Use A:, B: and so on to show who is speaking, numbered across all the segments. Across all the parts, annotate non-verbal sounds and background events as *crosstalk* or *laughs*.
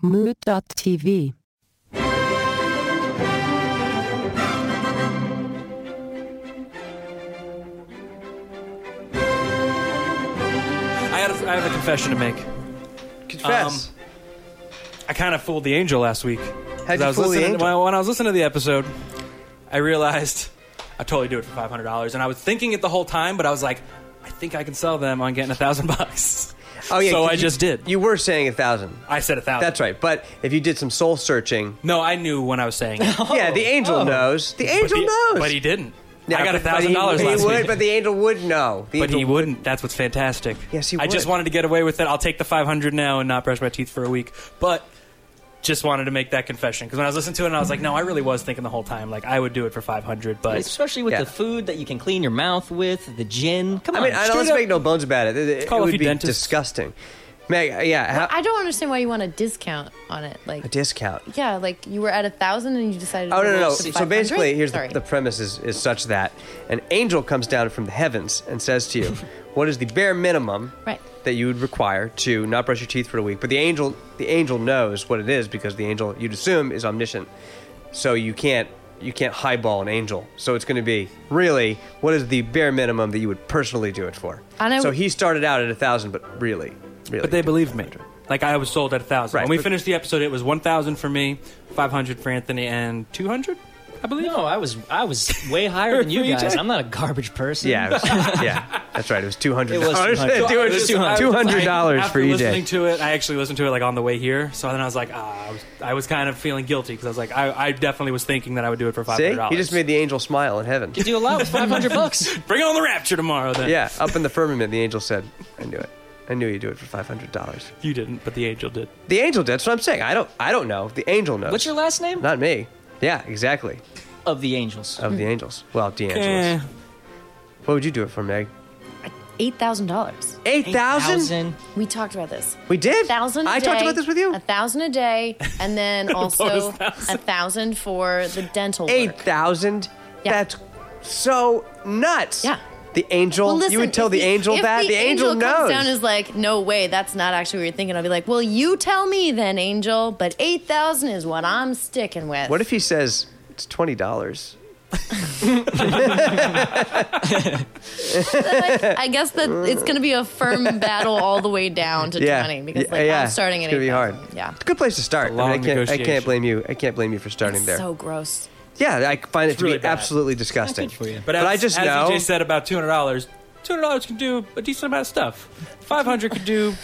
A: Moo.tv.
B: I, had a, I have a confession to make.
C: Confess.
B: I kind of fooled the angel last week. 'Cause
C: you
B: I was
C: fooled the
B: listening-
C: angel?
B: when I- when I was listening to the episode, I realized I totally do it for five hundred dollars, and I was thinking it the whole time, but I was like, I think I can sell them on getting a thousand bucks.
C: oh yeah.
B: so
C: 'cause
B: I
C: you-
B: just did.
C: You were saying a thousand.
B: I said a thousand.
C: That's right. But if you did some soul searching,
B: No, I knew when I was saying it.
C: yeah, the *laughs* angel knows. The angel
B: Oh. But he-
C: knows.
B: But he didn't.
C: Yeah,
B: I got a
C: but- but
B: thousand
C: he-
B: dollars last
C: He would,
B: week.
C: but the angel would know. The
B: But he
C: angel-
B: wouldn't. That's what's fantastic.
C: Yes, he
B: I just
C: would.
B: wanted to get away with it. I'll take the 500 now and not brush my teeth for a week. But just wanted to make that confession because when I was listening to it, and I was like, no, I really was thinking the whole time, like I would do it for 500. But
D: Especially with
C: Yeah.
D: the food that you can clean your mouth with, the gin. Come
C: I
D: on,
C: mean, I don't,
D: straight
C: let's
D: up-
C: make no bones about it. It, it-
B: Call
C: it
B: a
C: would
B: few
C: be
B: dentists.
C: disgusting. Meg, yeah, how,
E: I don't understand why you want a discount on it. Like
C: a discount.
E: yeah, like you were at a thousand and you decided.
C: Oh
E: to
C: no, no,
E: go
C: no.
E: to
C: So
E: 500?
C: basically, here's the,
E: Sorry.
C: the premise is, is such that an angel comes down from the heavens and says to
E: *laughs*
C: you, "What is the bare minimum
E: Right.
C: that you would require to not brush your teeth for a week?" But the angel, the angel knows what it is because the angel you'd assume is omniscient. So you can't you can't highball an angel. So it's going to be really what is the bare minimum that you would personally do it for.
E: And I-
C: so he started out at a thousand, but really, really,
B: but they believed me. Like I was sold at a thousand.
C: Right,
B: when we
C: but-
B: finished the episode, it was 1,000 for me, 500 for Anthony, and 200, I believe.
D: No, I was I was *laughs* way higher than you
B: For each
D: guys.
B: other.
D: I'm not a garbage person.
C: yeah, it was- yeah, that's right. It was two hundred.
D: It was
B: I was-
C: *laughs*
B: I was-
C: dollars for E
B: after
C: EJ.
B: listening to it, I actually listened to it like on the way here. So then I was like, ah, I, was, I was kind of feeling guilty because I was like, I, I definitely was thinking that I would do it for five
C: See,
B: hundred
C: he just made the angel smile in heaven.
D: *laughs* You do a lot with 500 bucks.
B: Bring on the rapture tomorrow. Then
C: Yeah, up in the firmament, the angel said, "I knew it. I knew you'd do it for five hundred dollars."
B: you didn't, but the angel did.
C: The angel did. That's what I'm saying. I don't. I don't know. The angel knows.
D: What's your last name?
C: Not me. Yeah, exactly.
D: of the angels.
C: Of the angels. Well,
B: Eh.
C: D'Angelo's. What would you do it for, Meg?
E: eight thousand dollars.
C: Eight thousand.
E: We talked about this.
C: We did.
E: Thousand. a
C: I talked
E: day,
C: about this with you.
E: A thousand a day,
C: *laughs*
E: and then also a thousand for the dental.
C: Eight
E: work.
C: thousand.
E: Yeah.
C: That's so nuts.
E: Yeah.
C: The angel.
E: Well, listen,
C: you would tell
E: if
C: the angel
E: if
C: that.
E: The,
C: The, angel, knows.
E: comes down and is like, no way, that's not actually what you're thinking. I'll be like, well, you tell me then, angel. But eight thousand is what I'm sticking with.
C: what if he says it's twenty dollars? *laughs*
E: like, I guess that it's going to be a firm battle all the way down to
C: Yeah.
E: twenty because
C: Yeah,
E: like
C: yeah.
E: I'm starting
C: It's
E: at
C: gonna be
E: eight
C: hard.
E: thousand. Yeah,
C: It's a good place to start. I, mean, I
B: long
C: can't. I can't
B: negotiation.
C: blame you. I can't blame you for starting there.
E: so gross.
C: Yeah, I find it to
B: really
C: be
B: bad.
C: absolutely disgusting.
D: Not good for you.
C: But, I just
B: as
C: know.
B: EJ said about two hundred dollars. Two hundred dollars can do a decent amount of stuff. Five hundred could do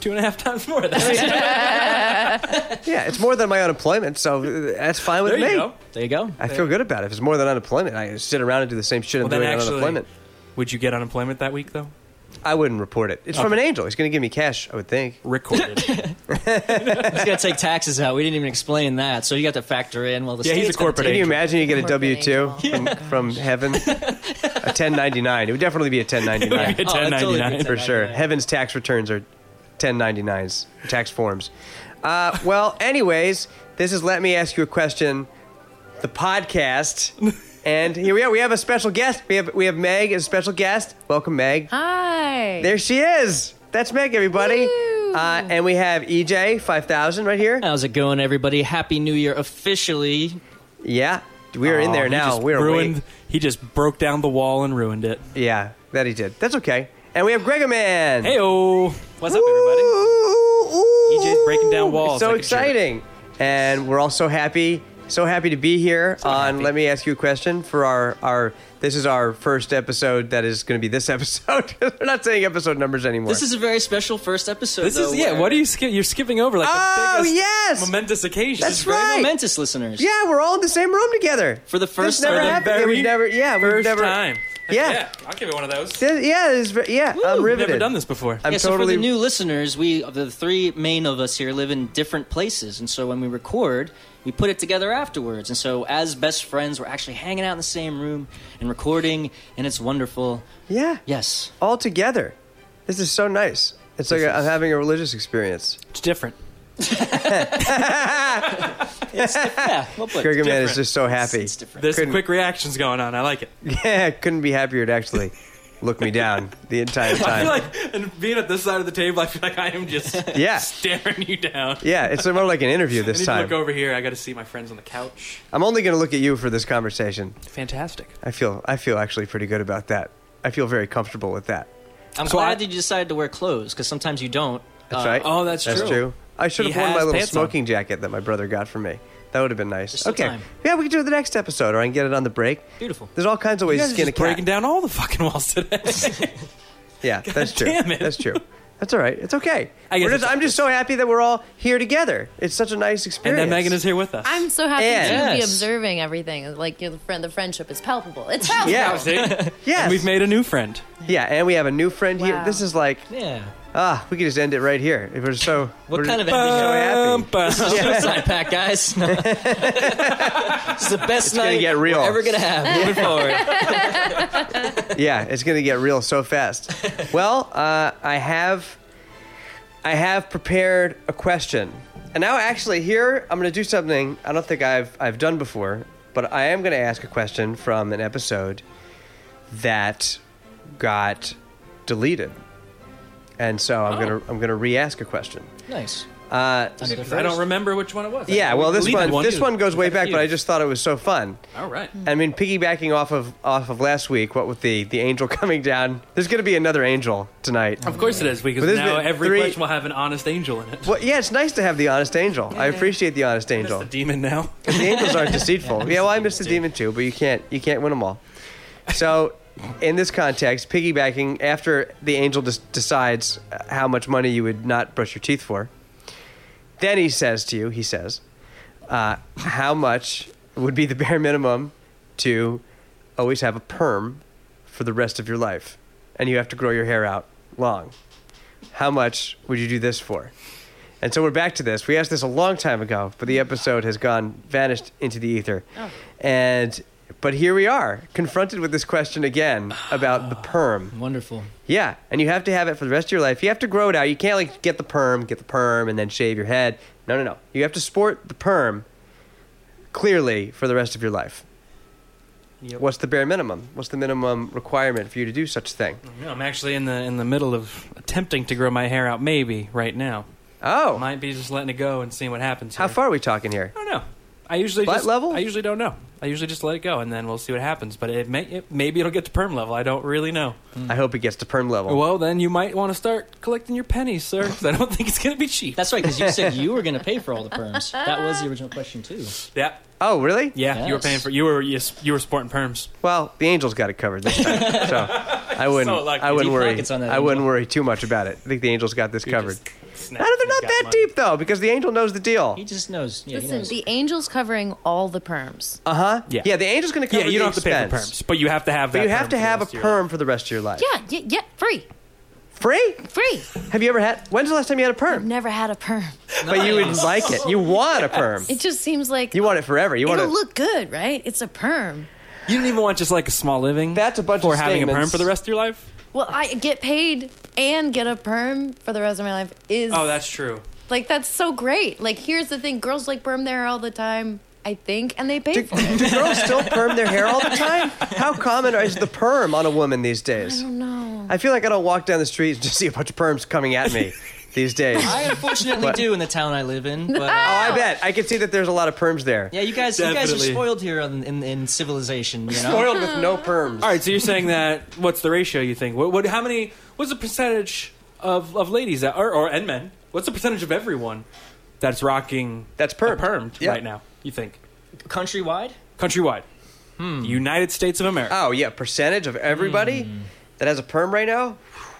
B: two and a half times more. Of that.
C: yeah, it's more than my unemployment, so uh, that's fine with
B: there you
C: me.
B: go.
D: There you go.
C: I feel good about it. If it's more than unemployment, I sit around and do the same shit I'm
B: Well, then
C: doing on
B: actually,
C: unemployment.
B: would you get unemployment that week though?
C: I wouldn't report it. It's from an angel. He's going to give me cash, I would think.
B: Recorded. *laughs*
D: He's got to take taxes out. We didn't even explain that. So you got to factor in. Well, the
B: Yeah, he's
D: state's
B: a corporate
D: gonna
C: Can you
D: take-
C: imagine you get a
E: Working
C: W two
E: angel.
C: from,
E: *laughs*
C: from heaven? a ten ninety nine. It would definitely be a ten
B: *laughs*
C: ninety nine
B: It would be a
D: Oh, that'd totally be a
B: 1099.
C: *laughs* for sure.
D: 1099.
C: Heaven's tax returns are ten ninety nines tax forms. Uh, well, *laughs* anyways, this is let me ask you a question.
B: *laughs*
C: The podcast, and here we are. We have a special guest. We have we have Meg as a special guest. Welcome, Meg.
E: Hi.
C: There she is. That's Meg, everybody.
E: Woo.
C: Uh, and we have EJ five thousand right here.
D: How's it going, everybody? Happy New Year officially.
C: Yeah, we are in there
B: He
C: now.
B: just
C: We're
B: ruined.
C: awake.
B: He just broke down the wall and ruined it.
C: Yeah, that he did. That's okay. And we have Gregaman.
B: Hey, what's up, everybody?
C: everybody?
B: EJ's E breaking down walls
C: so
B: like a jerk.
C: exciting, and we're all so happy, so happy to be here on.
B: happy.
C: Let me ask you a question for our our. This is our first episode. That is going to be this *laughs* episode. We're not saying episode numbers anymore.
D: This is a very special first episode.
B: This is
D: though,
B: yeah.
D: where-
B: What are you skip? You're skipping over like the
C: Oh,
B: biggest
C: yes!
B: momentous occasion.
C: That's
D: Very
C: right.
D: momentous, listeners.
C: yeah, we're all in the same room together
D: For the
C: This
D: first
C: never
D: time.
C: happened.
B: Very
C: Yeah, we've never. Yeah, we've
B: First
C: never-
B: time.
C: Yeah.
B: I'll give you one of those.
C: This- yeah, this is ve- yeah. I'm
B: We've
C: riveted.
B: never done this before.
C: I'm
D: yeah, so
C: totally
D: for the new listeners, we of the three main of us here live in different places, and so when we record, we put it together afterwards. And so as best friends, we're actually hanging out in the same room and recording, and it's wonderful.
C: yeah *laughs*
D: Yes,
C: all together. This is so nice. It's like I'm having a religious experience.
B: It's different.
D: yeah, well put.
C: Gregor Man is
B: different.
C: just so happy.
D: It's different.
B: There's some
C: Couldn't- *laughs*
B: quick reactions going on. I like it.
C: Yeah, couldn't be happier to actually look me down the
B: *laughs*
C: entire
B: I
C: time.
B: feel like, and being at this side of the table, I feel like I am just
C: *laughs* Yeah.
B: staring you down.
C: yeah, it's more like an interview
B: I
C: this
B: need
C: time.
B: to look over here. I got to see my friends on the couch.
C: I'm only going to look at you for this conversation.
B: Fantastic.
C: I feel I feel actually pretty good about that. I feel very comfortable with that.
D: I'm
B: So
D: glad
B: I-
D: that you decided to wear clothes because sometimes you don't.
C: That's
D: Uh,
C: right.
B: oh, that's
C: that's
B: true.
C: true. I should
B: He
C: have worn my
B: has
C: little
B: pants on.
C: smoking jacket that my brother got for me. That would have been nice.
D: There's still
C: Okay.
D: time.
C: Yeah, we can do it the next episode, or I can get it on the break.
D: Beautiful.
C: There's all kinds of
B: You
C: ways
B: guys
C: to
B: are
C: skin a
B: just breaking
C: cat.
B: down all the fucking walls
C: *laughs*
B: today.
C: Yeah, that's true.
B: damn it.
C: That's true. That's all right. It's okay.
B: I guess
C: We're just-
B: it's-
C: I'm just so happy that we're all here together. It's such a nice
B: and
C: experience.
B: then Megan is here with us.
E: I'm so happy to be
D: Yes.
E: observing everything. Like your friend, the friendship is palpable. It's palpable.
C: Yeah.
B: See?
C: Yes.
B: And we've made a new friend.
C: Yeah, and we have a new friend here.
E: Wow.
C: This is like *laughs*
D: Yeah.
C: ah, we could just end it right here. If we're so
D: *laughs* What
C: we're-
D: kind of ending?
C: so happy. *laughs*
B: Bum, bum.
D: Suicide pack, guys. *laughs* No. this is the best
C: gonna
D: night
C: get real.
D: we're ever
C: *laughs*
D: gonna have. Moving forward.
C: yeah, it's gonna get real so
D: *laughs*
C: fast. Well, uh, I have, I have prepared a question, and now actually here I'm gonna do something I don't think I've I've done before, but I am gonna ask a question from an episode that got deleted, and so
D: Oh.
C: I'm gonna I'm gonna re-ask a question.
D: Nice.
C: Uh,
B: *laughs* I don't remember which one it was.
C: yeah, well this
B: Leave
C: one
B: that
C: this one goes way
B: Leave that
C: back, but I
B: you.
C: just thought it was so fun.
B: All right.
C: I mean, piggybacking off of off of last week, what with the the angel *laughs* coming down, there's going to be another angel tonight.
B: Of course it is, because
C: But this is
B: now
C: the
B: every
C: three-
B: question will have an honest angel in it.
C: Well, yeah, it's nice to have the honest angel. I appreciate the honest
B: That's
C: angel.
B: the demon now.
C: The angels aren't deceitful. Yeah, well, I miss the demon too, but you can't you can't win them all. So, in this context, piggybacking after the angel des- decides uh, how much money you would not brush your teeth for, then he says to you, he says, uh, how much would be the bare minimum to always have a perm for the rest of your life, and you have to grow your hair out long. How much would you do this for? And so we're back to this. We asked this a long time ago, but the episode has gone vanished into the ether. And but here we are, confronted with this question again about the perm.
D: Wonderful.
C: Yeah, and you have to have it for the rest of your life. You have to grow it out. You can't like get the perm, get the perm, and then shave your head. No, no, no. You have to sport the perm clearly for the rest of your life.
B: Yep.
C: What's the bare minimum? What's the minimum requirement for you to do such a thing?
B: No, I'm actually in the in the middle of attempting to grow my hair out, maybe right now.
C: Oh,
B: Might be just letting it go and seeing what happens.
C: how
B: here.
C: far are we talking here?
B: I don't know. I usually
C: Butt
B: just,
C: level?
B: I usually don't know. I usually just let it go and then we'll see what happens. But it may it, maybe it'll get to perm level. I don't really know.
C: I hope it gets to perm level.
B: Well, then you might want to start collecting your pennies, sir. 'cause I don't think it's going to be cheap.
D: That's right, because you said you were gonna pay for all the perms. That was the original question too.
B: *laughs* Yeah,
C: oh, really?
B: yeah. You were
D: Yes.
B: paying for you were you, s- you were sporting perms.
C: Well, the angels got it covered this
B: *laughs*
C: time, so I wouldn't.
B: So lucky.
C: I wouldn't
D: Deep
C: worry.
D: pockets on that
C: I wouldn't
D: angel.
C: worry too much about it. I think the angels got this
B: You
C: covered.
B: just snapped
C: No, they're
B: and
C: not
B: got
C: that
B: money.
C: deep though, because the angel knows the deal.
D: He just knows. Yeah, he
E: Listen,
D: knows.
E: the angel's covering all the perms.
C: Uh huh.
B: Yeah.
C: Yeah, the angel's going to cover
B: Yeah, you
C: the
B: don't have to pay for
C: expense.
B: perms, but you have to have.
C: But
B: that
C: you have
B: perm for
C: to
B: the
C: have a
B: rest of your life.
C: perm for the rest of your life.
E: Yeah, yeah, yeah, free,
C: Free?
E: free.
C: Have you ever had? When's the last time you had a
E: I've
C: perm?
E: never had a perm.
C: But you would like it. You want a perm.
E: It just seems like
C: You want it forever. You want
E: it'll
C: it.
E: look good, right? It's a perm.
B: You don't even want just like a small living.
C: That's a bunch
B: for
C: of
B: having a perm
C: statements.
B: for the rest of your life.
E: Well, I get paid and get a perm for the rest of my life. Is
B: Oh, that's true.
E: like that's so great. Like here's the thing, girls like perm their hair all the time. I think, and they pay
C: do,
E: for it.
C: do girls still perm their hair all the time? How common is the perm on a woman these days? I don't know. I feel like I don't walk down the street and just see a bunch of perms coming at me these days.
D: I unfortunately do in the town I live in,
E: *laughs*
D: but.
C: Oh,
D: Uh,
C: I bet. I can see that there's a lot of perms there.
D: yeah, you guys, you guys are
B: Definitely.
D: spoiled here on, in, in civilization. You know,
C: Spoiled with no perms.
B: All right, so you're saying that what's the ratio? You think what? what how many? What's the percentage of of ladies that are or and men? What's the percentage of everyone that's rocking
C: That's
B: per permed
C: perm. Yeah.
B: right now? You think
D: countrywide.
B: countrywide,
C: Hmm.
B: United States of America?
C: Oh yeah, percentage of everybody
B: Hmm.
C: that has a perm right now.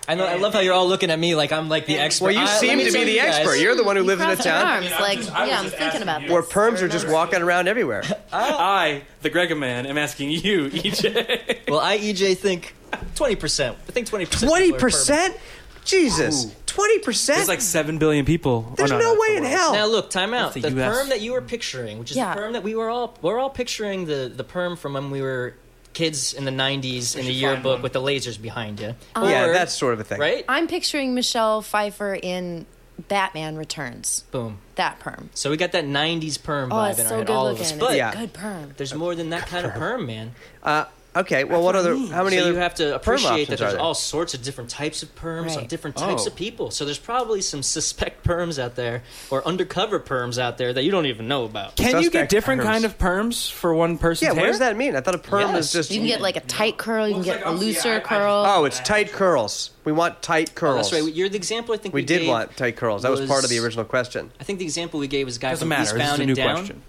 D: I know. I love how you're all looking at me like I'm like the expert.
C: Well, you
D: I- let
C: seem
D: me
C: to
D: tell
C: be the
D: you guys,
C: expert. You're the one who
E: You
C: lives in a
E: cross your
C: town
E: arms,
B: I mean, I
E: like
B: was just- I was
E: yeah, I'm
B: just
E: thinking
B: asking
E: about
B: you.
E: this.
C: where perms are just walking around everywhere.
B: I, the Grega man, am asking you, *laughs* E EJ.
D: Well, I EJ think twenty percent. I think twenty percent.
C: Twenty percent? Jesus, twenty percent?
B: There's like seven billion people. Oh,
C: There's no
B: that's
C: way
B: the
C: in
B: world.
C: hell.
D: Now look, time out.
B: That's
D: The,
B: the US.
D: perm that you were picturing, which is
E: Yeah.
D: the perm that we were all we're all picturing the the perm from when we were kids in the '90s in the
B: should find
D: yearbook
B: one.
D: with the lasers behind you.
C: yeah,
D: Or-
C: that's sort of a thing.
D: right.
E: I'm picturing Michelle Pfeiffer in Batman Returns.
D: Boom.
E: That perm.
D: So we got that '90s perm
E: Oh,
D: vibe
E: it's
D: in our
E: so
D: head,
E: good
D: all
E: looking.
D: of us.
E: It's
D: But
E: a
C: Yeah.
E: good perm.
D: there's more than that kind of perm, man.
C: Uh, Okay. Well, what
D: That's I
C: other?
D: mean.
C: How many
D: so
C: other
D: you have to
C: perm
D: appreciate
C: options
D: that
C: are
D: there's
C: there?
D: all sorts of different types of perms on
E: Right.
D: different types
C: Oh.
D: of people. So there's probably some suspect perms out there or undercover perms out there that you don't even know about.
B: Can you get
C: Suspect
B: different
C: perms.
B: kind of perms for one person's
C: Yeah.
B: hair?
C: What does that mean? I thought a perm was
D: Yes.
C: just.
E: You can get like a tight curl. You can
B: Looks
E: get
B: like
E: a
B: I'm- yeah, I-
E: looser
B: I-
E: curl.
C: oh, it's tight curls. We want tight
D: Oh,
C: curls.
D: that's right. You're the example I think we,
C: We did
D: gave-
C: want tight curls. That was, part of the
D: was-
C: original question.
D: I think the example we gave was a guy
B: Doesn't
D: from
B: matter. This
D: Eastbound
B: is a
D: and
B: new
D: Down.
B: question.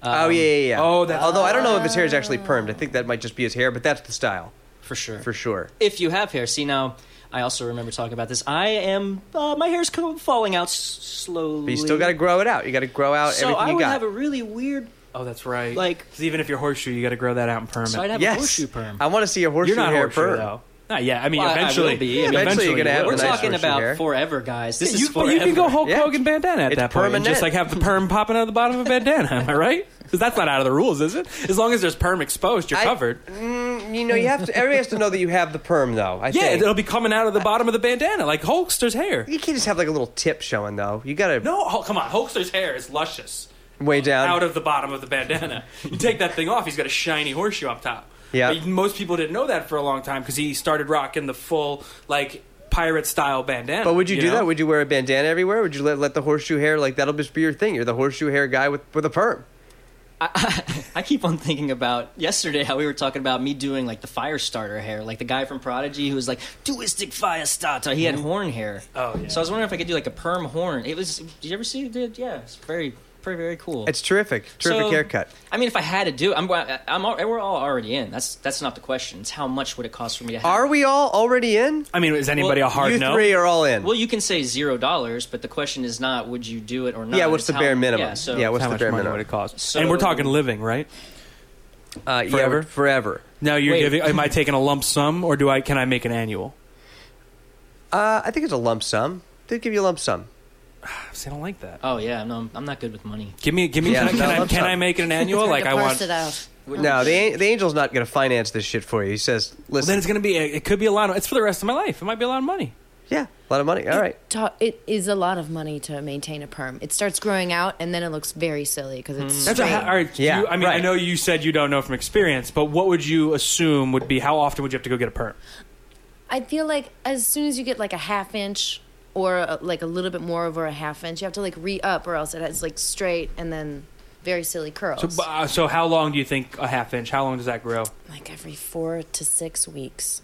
C: oh
D: Um, Ah.
C: yeah, yeah, yeah.
B: Oh, that's-
C: although I don't know if his hair is actually permed. I think that might just be his hair, but that's the style
D: for sure.
C: for sure.
D: if you have hair. See now, I also remember talking about this. I am uh, my hair's co- falling out s- slowly.
C: But you still got to grow it out. You got to grow out
D: So
C: everything
D: I
C: you
D: would
C: got.
D: have a really weird.
B: Oh, that's right.
D: Like-
B: 'Cause even if you're horseshoe, you got to grow that out and perm
D: So
B: it.
D: I'd have
C: yes.
D: a horseshoe perm.
C: I want to see your horseshoe
B: you're not
C: hair
B: horseshoe
C: perm.
B: though. Not yet. I mean,
D: Well, I- I
B: eventually,
D: will be. I mean,
B: eventually,
C: eventually you're gonna
B: you
C: have
B: will.
D: We're
C: a nice
D: talking
C: horseshoe
D: about
C: hair.
D: forever, guys. This
B: you,
D: is
B: but
D: forever.
B: you can go Hulk
C: Yeah.
B: Hogan bandana at
C: It's
B: that point, and just
C: permanent.
B: like have the perm popping out of the bottom of a bandana. Am I right? Because that's not out of the rules, is it? As long as there's perm exposed, you're
C: I-
B: covered.
C: Mm, you know, you have to. Everybody has to know that you have the perm, though.
D: *laughs*
C: I
B: Yeah,
C: think.
B: it'll be coming out of the bottom of the bandana like Hulkster's hair.
C: you can't just have like a little tip showing, though. You got to
B: No, Hulk, come on, Hulkster's hair is luscious
C: way down.
B: out of the bottom of the bandana. You take that thing off, he's got a shiny horseshoe up top.
C: Yeah.
B: But most people didn't know that for a long time because he started rocking the full like pirate style bandana.
C: but would you, do
B: know?
C: that? Would you wear a bandana everywhere? Would you let, let the horseshoe hair like that'll just be your thing? You're the horseshoe hair guy with with a perm.
D: I keep on thinking about yesterday how we were talking about me doing like the fire starter hair, like the guy from Prodigy who was like duistic fire starter. He had horn hair.
B: Oh, yeah.
D: So I was wondering if I could do like a perm horn. It was. Did you ever see? it? Did yeah. It's very, very, very cool.
C: It's terrific, terrific
D: So,
C: haircut.
D: I mean, if I had to do, I'm, I'm, al- we're all already in. That's that's not the question. It's how much would it cost for me to have?
C: Are we all already in?
B: I mean, is anybody
D: Well,
B: a hard
C: you
B: no?
C: three are all in.
D: Well, you can say zero dollars, but the question is not would you do it or not.
C: yeah, what's
D: It's
C: the
D: how-
C: bare minimum?
D: Yeah, so
C: what's
B: How
C: the
B: much
C: bare
B: money
C: minimum?
B: would it cost?
D: So-
B: and we're talking living, right?
C: Uh, yeah,
B: Forever?
C: forever.
B: Now you're
D: Wait.
B: giving. Am I taking a lump sum, or do I? Can I make an annual?
C: Uh, I think it's a lump sum. They give you a lump sum.
B: See, I don't like that.
D: oh yeah, no, I'm, I'm not good with money.
B: Give me, give me.
C: Yeah,
B: can
C: no,
B: I, can I,
C: lump
B: can
C: sum.
B: I make an annual?
E: Hard
B: like
E: to
B: I
E: parse
B: want.
E: it out.
C: No, the an- the angel's not going to finance this shit for you. He says,
B: Well, then
C: "Listen,
B: it's gonna be. It could be a lot. Of, it's for the rest of my life. It might be a lot of money.
C: yeah, a lot of money. All right,
E: Ta- It is a lot of money to maintain a perm. It starts growing out and then it looks very silly because it's
B: Hmm. That's a,
E: straight.
B: ha- all right.
C: Yeah,
B: you- I mean, I
C: right.
B: know you said you don't know from experience, but what would you assume would be how often would you have to go get a perm?
E: I feel like as soon as you get like a half inch or uh like a little bit more over a half inch, you have to like re up or else it has like straight and then very silly curls.
B: So, bu- uh, so how long do you think a half inch? How long does that grow?
E: like every four to six weeks.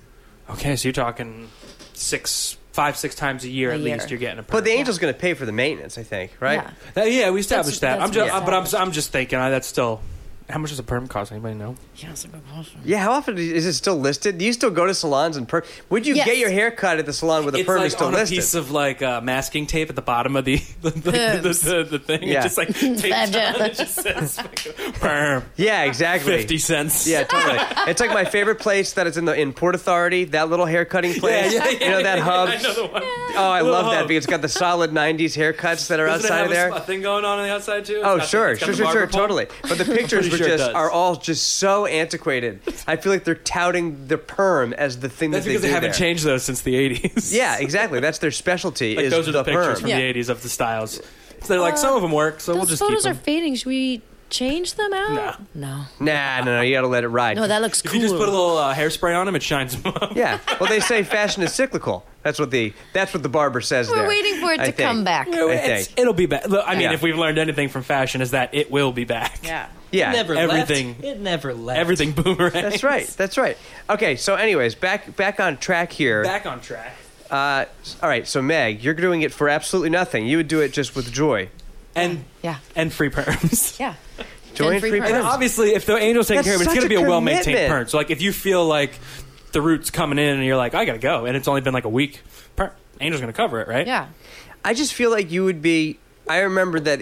B: Okay, so you're talking six, five, six times a year
E: A
B: at
E: year.
B: least. You're getting a perm.
C: but the angel's going to pay for the maintenance. I think, right?
E: Yeah.
B: That- yeah, we established
E: That's-
B: that.
E: that's
B: I'm
E: what
B: just,
E: I
B: but I'm, I'm just thinking. I, that's still. How much does a perm cost? Anybody know?
E: Yeah, it's a good question.
C: Yeah, how often do you- is it still listed? Do you still go to salons and perm? Would you
E: Yes.
C: get your hair cut at the salon where the
B: it's
C: perm
B: like
C: is still
B: on
C: listed?
B: a piece of like uh, masking tape at the bottom of the *laughs* the, the,
E: Perms.
B: the, the, the thing. It
C: Yeah. *laughs*
B: just like taped
E: Fabulous.
B: on. It just says like, perm
C: yeah, exactly.
B: *laughs* fifty cents.
C: Yeah, totally. it's like my favorite place that is in the in Port Authority, that little hair cutting place. you know that hub.
B: *laughs* I know the one.
C: Oh, I
B: Little
C: love that
B: hub.
C: because it's got the solid '90s haircuts that are
B: Doesn't it
C: outside
B: have
C: of
B: a
C: there.
B: spa thing going on on the outside too. It's
C: Oh
B: got the-
C: sure,
B: it's got
C: sure,
B: the
C: sure,
B: barber
C: sure,
B: pole.
C: totally.
B: *laughs*
C: But the pictures were
B: sure it
C: just
B: does.
C: are all just so antiquated. I feel like they're touting the perm as the thing
B: That's
C: that
B: because
C: they,
B: they
C: do
B: haven't
C: there.
B: changed those since the '80s.
C: Yeah, exactly. That's their specialty.
B: like
C: is
B: those are the, pictures
C: perm.
B: from
E: Yeah.
B: the '80s of the styles. So they're like some of them work, so
E: Uh, Those
B: we'll just keep
E: photos
B: them.
E: are fading. Should we change them out? No.
C: Nah, no, no, you got to let it ride.
E: No, that looks
B: if
E: cool.
B: you just put a little uh, hairspray on them, it shines them up.
C: Yeah. Well, they say fashion is cyclical. That's what the that's what the barber says.
E: We're
C: there,
E: waiting for it
C: I
E: to
C: think.
E: come back.
B: No,
C: I
B: it's-
C: think.
B: it'll be back. Look, I mean,
C: Yeah.
B: if we've learned anything from fashion, is that it will be back.
E: Yeah.
C: Yeah.
D: It never
B: everything-
D: Left. It never
B: *laughs*
D: left.
B: Everything boomerangs.
C: That's right. That's right. Okay. So, anyways, back back on track here.
B: Back on track.
C: Uh, all right. So, Meg, you're doing it for absolutely nothing. You would do it just with joy.
B: And
E: Yeah.
B: and free
E: *laughs*
B: perms.
E: Yeah.
C: Joy
E: And
C: and
E: free
C: free
E: perms.
B: And
C: perms.
B: obviously, if the angel's taking
C: That's
B: care of it, it's
C: such
B: going to
C: a
B: be a well maintained perm.
C: commitment.
B: So, like, if you feel like the root's coming in and you're like, I got to go, and it's only been like a week, perm, angel's going to cover it, right?
E: Yeah.
C: I just feel like you would be. I remember that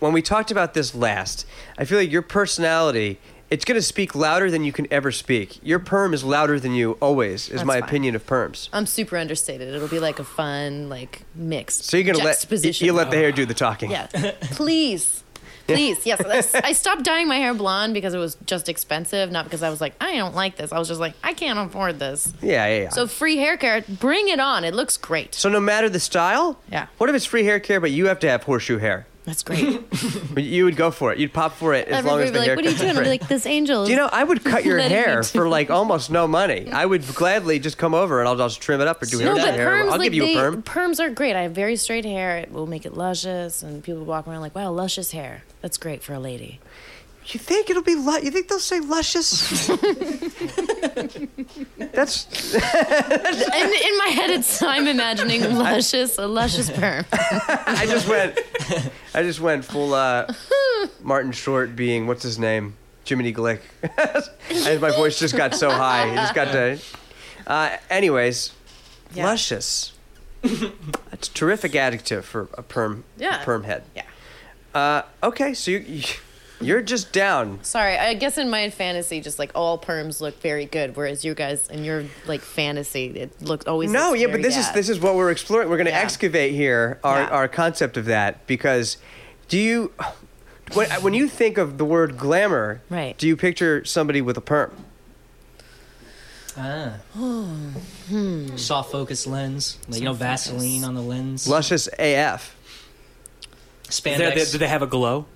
C: when we talked about this last. I feel like your personality. It's going to speak louder than you can ever speak. Your perm is louder than you always, is
E: That's
C: my
E: fine.
C: opinion of perms.
E: I'm super understated. It'll be like a fun, like mixed.
C: So you're going to let
E: juxtaposition.
C: you let the hair do the talking.
E: Yeah.
C: *laughs*
E: Please. Please. Yes. that's- I stopped dyeing my hair blonde because it was just expensive, not because I was like, I don't like this. I was just like, I can't afford this.
C: Yeah, yeah, yeah.
E: So free hair care, bring it on. It looks great.
C: So no matter the style.
E: Yeah.
C: What if it's free hair care, but you have to have horseshoe hair?
E: That's *laughs* great.
C: But you would go for it. You'd pop for it as long
E: Everybody
C: as
E: would be
C: the
E: like,
C: hair.
E: "What are you doing?" I'd be
C: Right.
E: like, "This
C: *laughs*
E: angel."
C: Do you know, I would cut your
E: *laughs* Letting me
C: hair
E: do
C: for like almost no money. I would gladly just come over and I'll just trim it up or do hair
E: no, but
C: hair.
E: perms
C: I'll
E: like
C: give you
E: they,
C: a perm.
E: perms are great. I have very straight hair. It will make it luscious, and people walk around like, "Wow, luscious hair. That's great for a lady."
C: You think it'll be? Lu- you think they'll say luscious? *laughs* That's
E: And in my head, it's I'm
C: *laughs*
E: imagining luscious, a luscious perm.
C: I just went. I just went full uh, Martin Short being what's his name, Jiminy Glick. *laughs* and my voice just got so high. It just got to. Uh, anyways,
E: Yeah.
C: luscious. That's a terrific adjective for a perm. a
E: Yeah.
C: perm head.
E: Yeah.
C: Uh, okay, so you, you you're just down.
E: Sorry, I guess in my fantasy, just like all perms look very good, whereas you guys in your like fantasy, it looked always.
C: No,
E: looks
C: yeah, but
E: very
C: this is
E: bad.
C: this is what we're exploring. We're going to
E: Yeah.
C: excavate here our,
E: Yeah.
C: our concept of that because do you when, when you think of the word glamour,
E: Right.
C: Do you picture somebody with a perm?
D: Ah. Soft focus lens, like, you know,
E: Hmm. Soft focus.
D: Vaseline on the lens.
C: Luscious AF.
B: Is there-
D: Spandex.
B: do they have a glow?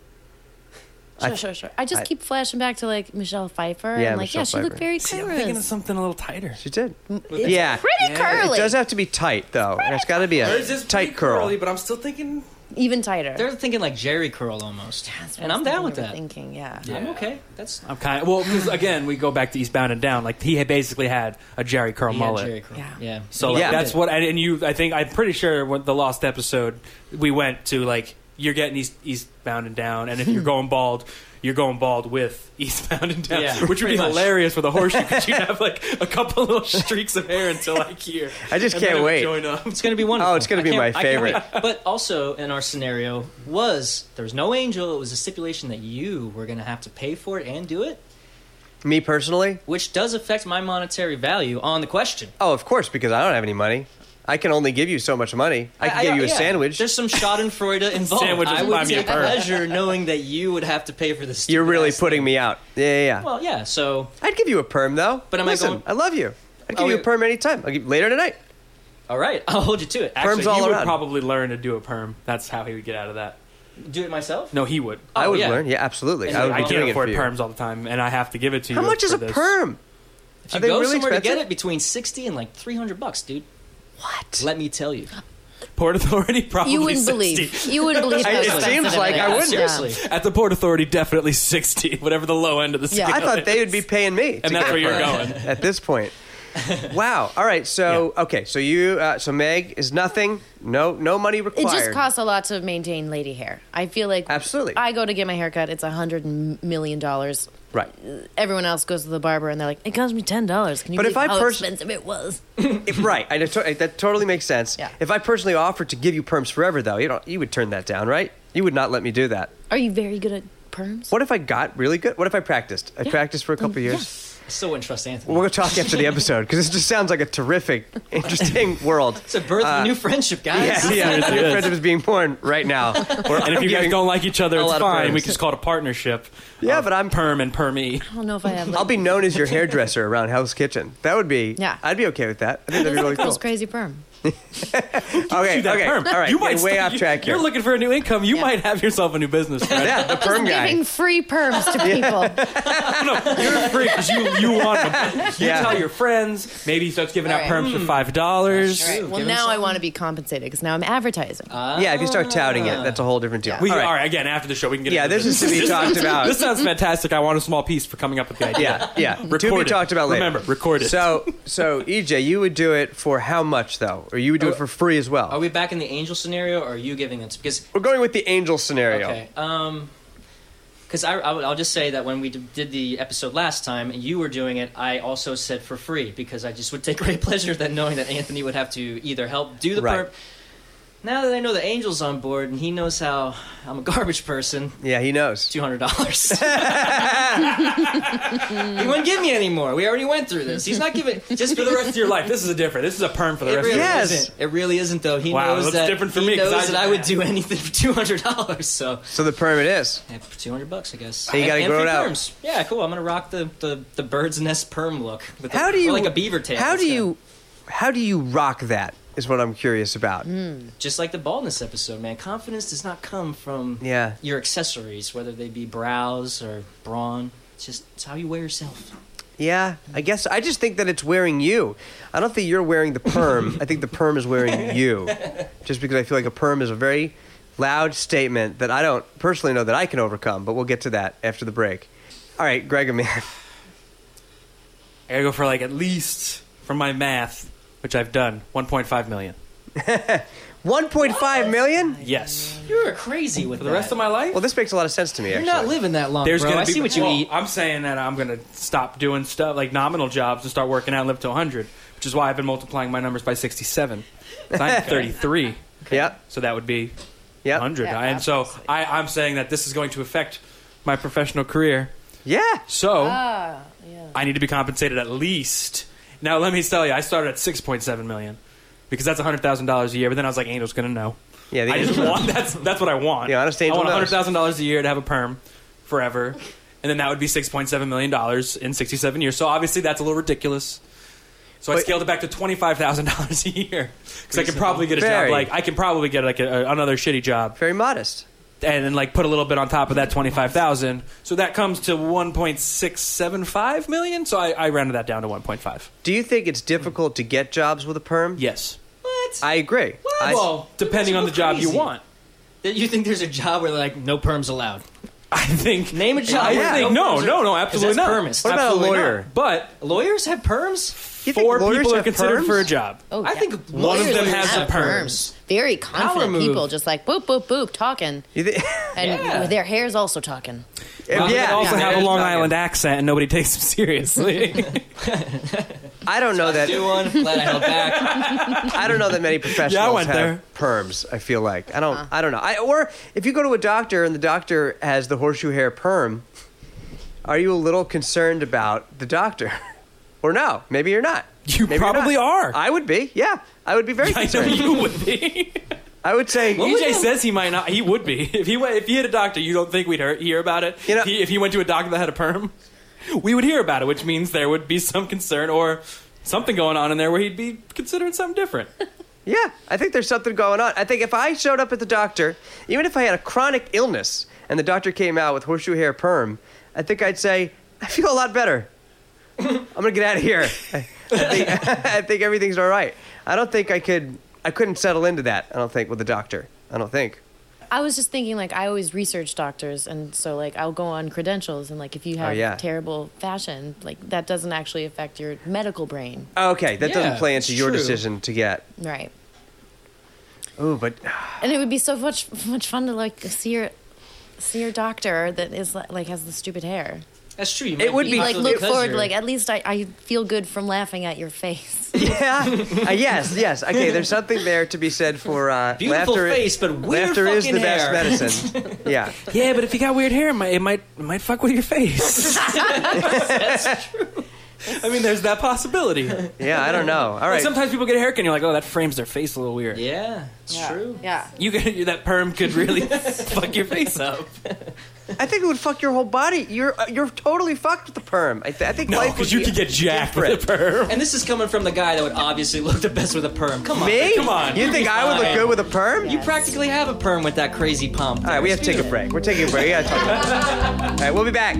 E: Sure,
C: I-
E: sure, sure. I just
C: I-
E: keep flashing back to like Michelle Pfeiffer.
C: Yeah,
E: and like,
C: Michelle
E: yeah, she looked
C: Pfeiffer.
E: very
B: See, I'm thinking of
E: curvous.
B: something a little tighter.
C: She did.
E: It's
C: yeah.
E: pretty curly,
C: It does have to be tight though. And It's got to be a tight curl.
B: but I'm still thinking.
E: even tighter.
D: They're thinking like Jerry curl almost.
E: That's what
D: and
E: I was
D: I'm down with
E: thinking,
D: that.
E: Thinking, yeah.
D: I'm
B: Yeah.
D: okay. That's
B: I'm kind of well because again we go back to Eastbound and Down. Like he had basically had a Jerry curl
D: yeah,
B: mullet.
D: Jerry curl.
E: Yeah.
D: Yeah.
B: So like,
C: Yeah.
B: that's what I and you. I think I'm pretty sure when the lost episode we went to like you're getting east eastbound and down, and if
C: *laughs*
B: you're going bald, you're going bald with eastbound and down,
D: Yeah,
B: which would be
D: pretty much.
B: hilarious with a horseshoe because
C: *laughs*
B: you have like a couple little streaks of hair until like here.
C: I just
B: And then
C: can't
B: it would
C: wait.
B: Join up.
D: It's gonna be wonderful.
C: Oh, it's gonna
D: I
C: be
D: can't-
C: my
D: I can't wait. *laughs* but also in our scenario was there was no angel. It was a stipulation that you were gonna have to pay for it and do it,
C: Me personally?
D: which does affect my monetary value on the question.
C: Oh, of course because I don't have any money. I can only give you so much money. I can give you a
D: yeah.
C: sandwich.
D: There's
B: *laughs*
D: some Schadenfreude involved.
B: Sandwich
D: I
B: would buy
D: would
B: me a
D: take
B: perm.
D: pleasure knowing that you would have to pay for this.
C: You're really putting me out. Yeah, yeah, yeah.
D: Well, yeah. So
C: I'd give you a perm though.
D: But am I
C: Listen,
D: going-
C: I love you. I'd give
D: Oh,
C: you a
D: yeah.
C: perm anytime. I'll give later tonight.
D: all right, *laughs* I'll hold you to it.
C: Perms
D: Actually,
C: all
B: you
C: around.
B: would probably learn to do a perm. That's how he would get out of that.
D: do it myself.
B: No, he would.
C: I
D: Oh,
C: would
D: yeah.
C: learn. Yeah, absolutely.
D: And
C: I would
D: I
C: be
B: I
D: I'm
C: doing
B: can't
C: it for
B: afford
C: you.
B: perms all the time, and I have to give it to
C: How
B: you.
C: much is
B: for
C: a
B: this.
C: perm?
D: If you
C: Are they
D: go
C: really
D: somewhere to
C: expensive?
D: get it between sixty and like three hundred bucks, dude.
C: What?
D: Let me tell you.
B: Port Authority probably.
E: You wouldn't
B: 60.
E: believe. You wouldn't believe. how
C: It
E: expensive
C: seems like
E: is.
C: I wouldn't.
D: Seriously.
B: At the Port Authority, definitely sixty. Whatever the low end of the
E: Yeah.
B: scale.
C: I thought they would be paying me. to
B: And that's
C: get
B: where you're
C: burned
B: going.
C: At this point. Wow. All right. So okay. So you. Uh, so Meg is nothing. No. No money
E: It
C: required.
E: just costs a lot to maintain lady hair. I feel like
C: Absolutely.
E: I go to get my hair cut. It's a hundred million dollars.
C: Right.
E: Everyone else goes to the barber and they're like, "It cost me ten dollars." Can you
C: But if
E: believe
C: I
E: how
C: pers-
E: expensive it was?
C: If- right. I, just- that totally makes sense.
E: Yeah.
C: If I personally offered to give you perms forever, though, you don't. You would turn that down, right? You would not let me do that.
E: Are you very good at perms?
C: What if I got really good? What if I practiced? I practiced for a
E: Mm,
C: couple years.
D: I still wouldn't trust Anthony.
C: We're gonna talk after the episode because this just sounds like a terrific,
D: *laughs*
C: interesting world. Uh,
D: it's a birth of a new friendship, guys.
C: Yeah, yeah.
B: Seriously,
C: Your
B: yes.
C: friendship is being born right
B: *laughs*
C: now.
B: And if you guys don't like each other,
C: a
B: it's
C: lot of
B: fine.
C: perms.
B: We can just call it a partnership.
C: Yeah,
B: of
C: but I'm-
B: perm and permee.
E: I don't know if I have. Like,
C: I'll be known as your hairdresser around Hell's Kitchen. That would be.
E: Yeah.
C: I'd be okay with that. I think that'd be really
E: That
C: cool.
E: was crazy perm.
C: *laughs* Okay.
B: That
C: okay.
B: perm.
C: All right.
B: You
C: You're
B: might
C: way
B: st-
C: off track
B: You're
C: here.
B: looking for a new income. You
E: Yeah.
B: might have yourself a new
C: *laughs*
B: business. Friend.
C: yeah, the perm guy.
E: Giving free perms to people.
B: *laughs* no, you're a freak 'cause you you want
C: *laughs*
B: them. You
C: Yeah.
B: tell your friends. Maybe he starts giving out
E: All right.
B: perms for five dollars.
D: Mm. That's true.
E: well,
D: Give
E: now
D: him
E: I want to be compensated because now I'm advertising.
C: Yeah, if you start touting it, that's a whole different deal.
E: Yeah.
B: We
C: All
B: all
C: right.
B: right. again after the show. We can get
C: Yeah,
B: into
C: this is to be talked about.
B: *laughs* This sounds fantastic. I want a small piece for coming up with the idea.
C: Yeah, yeah. to be
B: Recorded.
C: talked about later.
B: Remember, recorded.
C: So, so EJ, you would do it for how much though, or you would do it for free as well?
D: Oh, Are we back in the angel scenario, or are you giving it? Because
C: are going with the angel scenario.
D: okay, um, because I, I would- I'll just say that when we d- did the episode last time, you were doing it. I also said for free because I just would take *laughs* great pleasure that knowing that Anthony would have to either help do the
C: Right.
D: perp. Now that I know the angel's on board and he knows how I'm a garbage person,
C: Yeah, he knows.
D: two hundred dollars. *laughs* he wouldn't give me any more. We already went through this. He's not giving
B: *laughs*
D: just
B: for the rest of your life, this is a different. This is a perm for *laughs* the
D: It
B: rest
D: really
B: of your
C: Yes.
D: isn't. It really isn't, though. He
B: Wow,
D: knows
B: that's
D: that.
B: different for
D: he
B: me, 'cause
D: knows
B: I-
D: that I would do anything for two hundred dollars. So
C: So the perm it is.
D: yeah, for two hundred bucks, I guess.
C: you gotta
D: And- and
C: grow it
D: free
C: out.
D: perms. Yeah, cool. I'm gonna rock the, the, the bird's nest perm look. With the-
C: How do
D: or
C: you
D: like a beaver tail?
C: How
D: It's
C: do
D: gonna-
C: you how do you rock that? is what I'm curious about.
D: Mm. Just like the baldness episode, man. Confidence does not come from
C: Yeah.
D: your accessories, whether they be brows or brawn. It's just it's how you wear yourself.
C: Yeah, I guess I just think that it's wearing you. I don't think you're wearing the perm. I think the perm is
D: *laughs*
C: wearing you. Just because I feel like a perm is a very loud statement that I don't personally know that I can overcome, but we'll get to that after the break. All right, Greg, *laughs* man.
B: I gotta go for like at least, from my math, which I've done, 1.5 million.
C: 1.5 million?
B: Yes.
D: You're crazy with
B: For the rest of my life?
C: Well, this makes a lot of sense to me,
D: You're
C: actually.
D: not living that long,
B: There's
D: bro.
B: gonna
D: I
B: be,
D: see what you
B: well,
D: eat.
B: I'm saying that I'm gonna stop doing stuff like nominal jobs and start working out and live to 100, which is why I've been multiplying my numbers by 67. 'Cause
D: *laughs*
B: I'm 33,
C: Yep,
B: so that would be
C: yep.
B: 100.
E: Yeah,
B: and so I, I'm saying that this is going to affect my professional career.
C: Yeah.
B: So
E: Ah, yeah.
B: I need to be compensated at least. Now let me tell you, I started at 6.7 million because that's $100,000 a year. But then I was like, Angel's gonna know.
C: Yeah, the
B: I just
C: angel-
B: want that's that's what I want.
C: The honest angel
B: I want
C: knows.
B: hundred thousand dollars a year to have a perm forever, and then that would be six point seven million dollars in sixty seven years. So obviously that's a little ridiculous. So I
C: But-
B: scaled it back to twenty five thousand dollars a year because I could probably get a
C: Very.
B: job like I can probably get like a, a- another shitty job
C: very modest.
B: and then like put a little bit on top of that twenty five thousand. So that comes to one point six seven five million. So I, I rounded that down to one point five.
C: Do you think it's difficult to get jobs with a perm?
B: Yes.
D: What?
C: I agree. I-
D: Well,
B: Depending on the job you want.
D: That you think there's a job where like no perms allowed?
B: I think
D: Name a job.
B: I
D: where
B: think
D: no,
B: no,
D: perms are-
B: no, no,
D: 'cause
B: absolutely
D: that's
B: not.
D: Permist.
C: What about a
B: Absolutely not.
C: lawyer?
B: But
D: Lawyers have perms.
C: You think
B: four
C: lawyers
B: people are
C: have
B: considered
C: perms?
B: for a job.
E: Oh,
D: I
E: yeah.
D: think
B: One of
D: lawyers
B: them
D: have
B: has a perm.
E: Very confident
D: move.
E: people, just like boop boop boop, talking,
C: You thi-
E: and
D: Yeah.
E: their hair's also talking.
B: Well,
C: yeah.
B: they also
C: yeah.
B: have a Long
C: Yeah.
B: Island accent, and nobody *laughs* takes them *laughs* seriously.
C: I don't know that.
D: Do one. Glad I held back.
C: I don't know
B: *laughs*
C: that many professionals
B: went
C: have
B: there.
C: perms. I feel like I don't. I don't know. I, or if you go to a doctor and the doctor has the horseshoe hair perm, are you a little concerned about the doctor? *laughs* Or no? Maybe you're not.
B: You
C: Maybe you're
B: probably
C: not.
B: are.
C: I would be. Yeah, I would be very
B: *laughs* I know
C: concerned.
B: you would be.
C: I would say.
B: EJ says he might not. He would be if he went, if he hit a doctor. You don't think we'd hear, hear about it?
C: You know-
B: if, he, if he went to a doctor that had a perm, we would hear about it, which means there would be some concern or something going on in there where he'd be considering something different.
C: Yeah, I think there's something going on. I think if I showed up at the doctor, even if I had a chronic illness and the doctor came out with horseshoe hair perm, I think I'd say, I feel a lot better. I'm gonna get out of here. I think, *laughs* I think everything's all right. I don't think I could. I couldn't settle into that. I don't think with the doctor. I don't think.
E: I was just thinking, like, I always research doctors, and so like I'll go on credentials, and like if you have
C: yeah.
E: terrible fashion, like that doesn't actually affect your medical brain,
C: Okay, that doesn't
D: Yeah,
C: play
D: it's
C: into your
D: true.
C: decision to get.
E: right?
C: Ooh, but *sighs*
E: And it would be so much much fun to like see your see your doctor that is like, like has the stupid hair.
D: That's true. You
C: It
D: might
C: would be-
E: Like
D: popular
E: look
D: because
E: forward,
D: you're-
E: like at least I, I feel good from laughing at your face.
C: yeah, uh, yes, yes. Okay, there's something there to be said for uh,
D: Beautiful
C: laughter.
D: face, but weird
C: laughter is the
D: fucking
C: best
D: hair. *laughs*
C: medicine. Yeah.
B: *laughs* yeah, but if you got weird hair, it might it might, it might fuck with your *laughs* face. *laughs* I mean, there's that possibility.
C: Yeah, I don't know. All
B: Like
C: right.
B: sometimes people get a haircut and you're like, oh, that frames their face a little weird.
D: yeah, it's true.
E: Yeah.
B: You could, that perm could *laughs* really fuck your face up.
C: I think it would fuck your whole body. You're uh, you're totally fucked with the perm. I, th- I think
B: No,
C: life
B: because
C: would
B: you
C: be-
B: could get jacked with a perm.
D: And this is coming from the guy that would obviously look the best with a perm. Come on.
C: me.
B: Come on.
C: You think I would look
D: Fine.
C: good with a perm?
D: You practically have a perm with that crazy pump.
C: All right, we have to take a break. We're taking a break. We gotta talk about it. All right, we'll be back.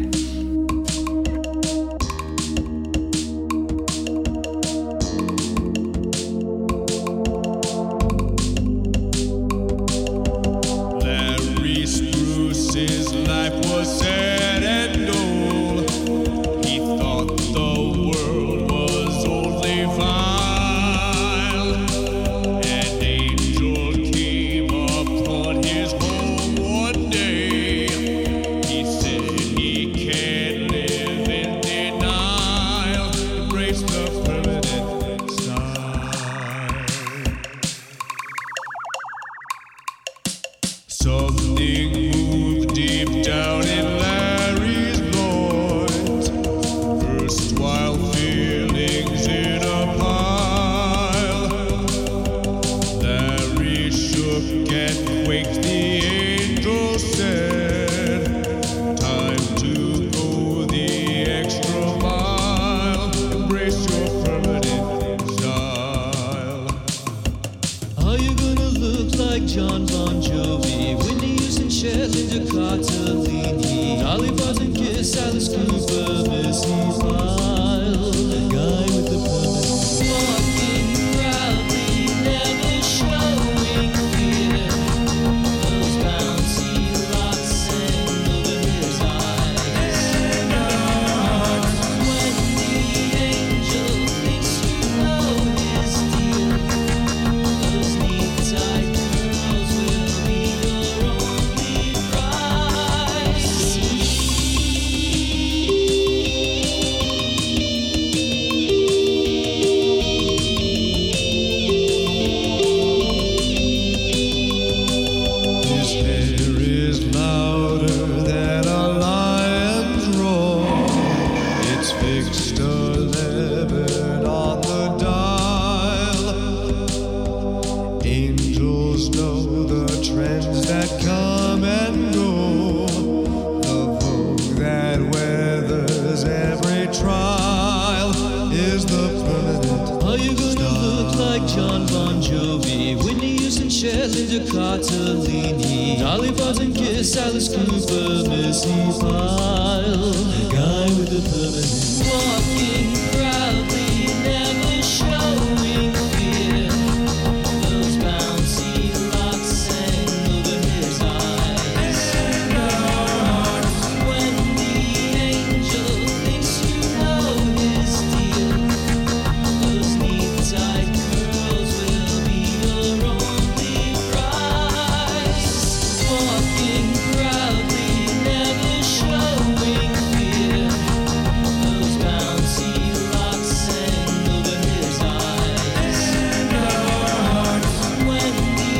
A: Larry Spruce's life was sad and dull. He thought the world was only vile. An angel came upon his home one day. He said he can't live in denial. Embrace the permanent style. Something moved deep down in Larry's loins. First wild feelings in a pile. Larry shook and quaked. The angel said, "Time to go the extra mile. Embrace your permanent exile."
D: Are you gonna look like John Bon Jovi? Whitney Houston, Cher, Linda Cardellini, Dolly Parton, Kiss, Alice Cooper, Missy Pyle, the guy with the purple. Walking proudly, never showing fear. Those bouncy locks hang over his eyes. When the angel thinks you know his deal. Those neat tight curls will be your only prize.
A: His hair is louder than a lion's roar. It's fixed eleven on the dial. Angels know the trends that come and go. The vogue that weathers every trial is the permanent.
D: Are you gonna look like John Bon Jovi? Whitney Houston, Cher, Linda Cardellini, Dolly Parton, Kiss, Alice Cooper, Missy Pyle, the guy with the permanent. Walking proudly, never showing fear. Those bouncy locks hang over his eyes. When the angel thinks you know his deal. Those neat tight curls will be your only prize. Walking proudly, never showing fear. Those bouncy locks hang over his eyes. When the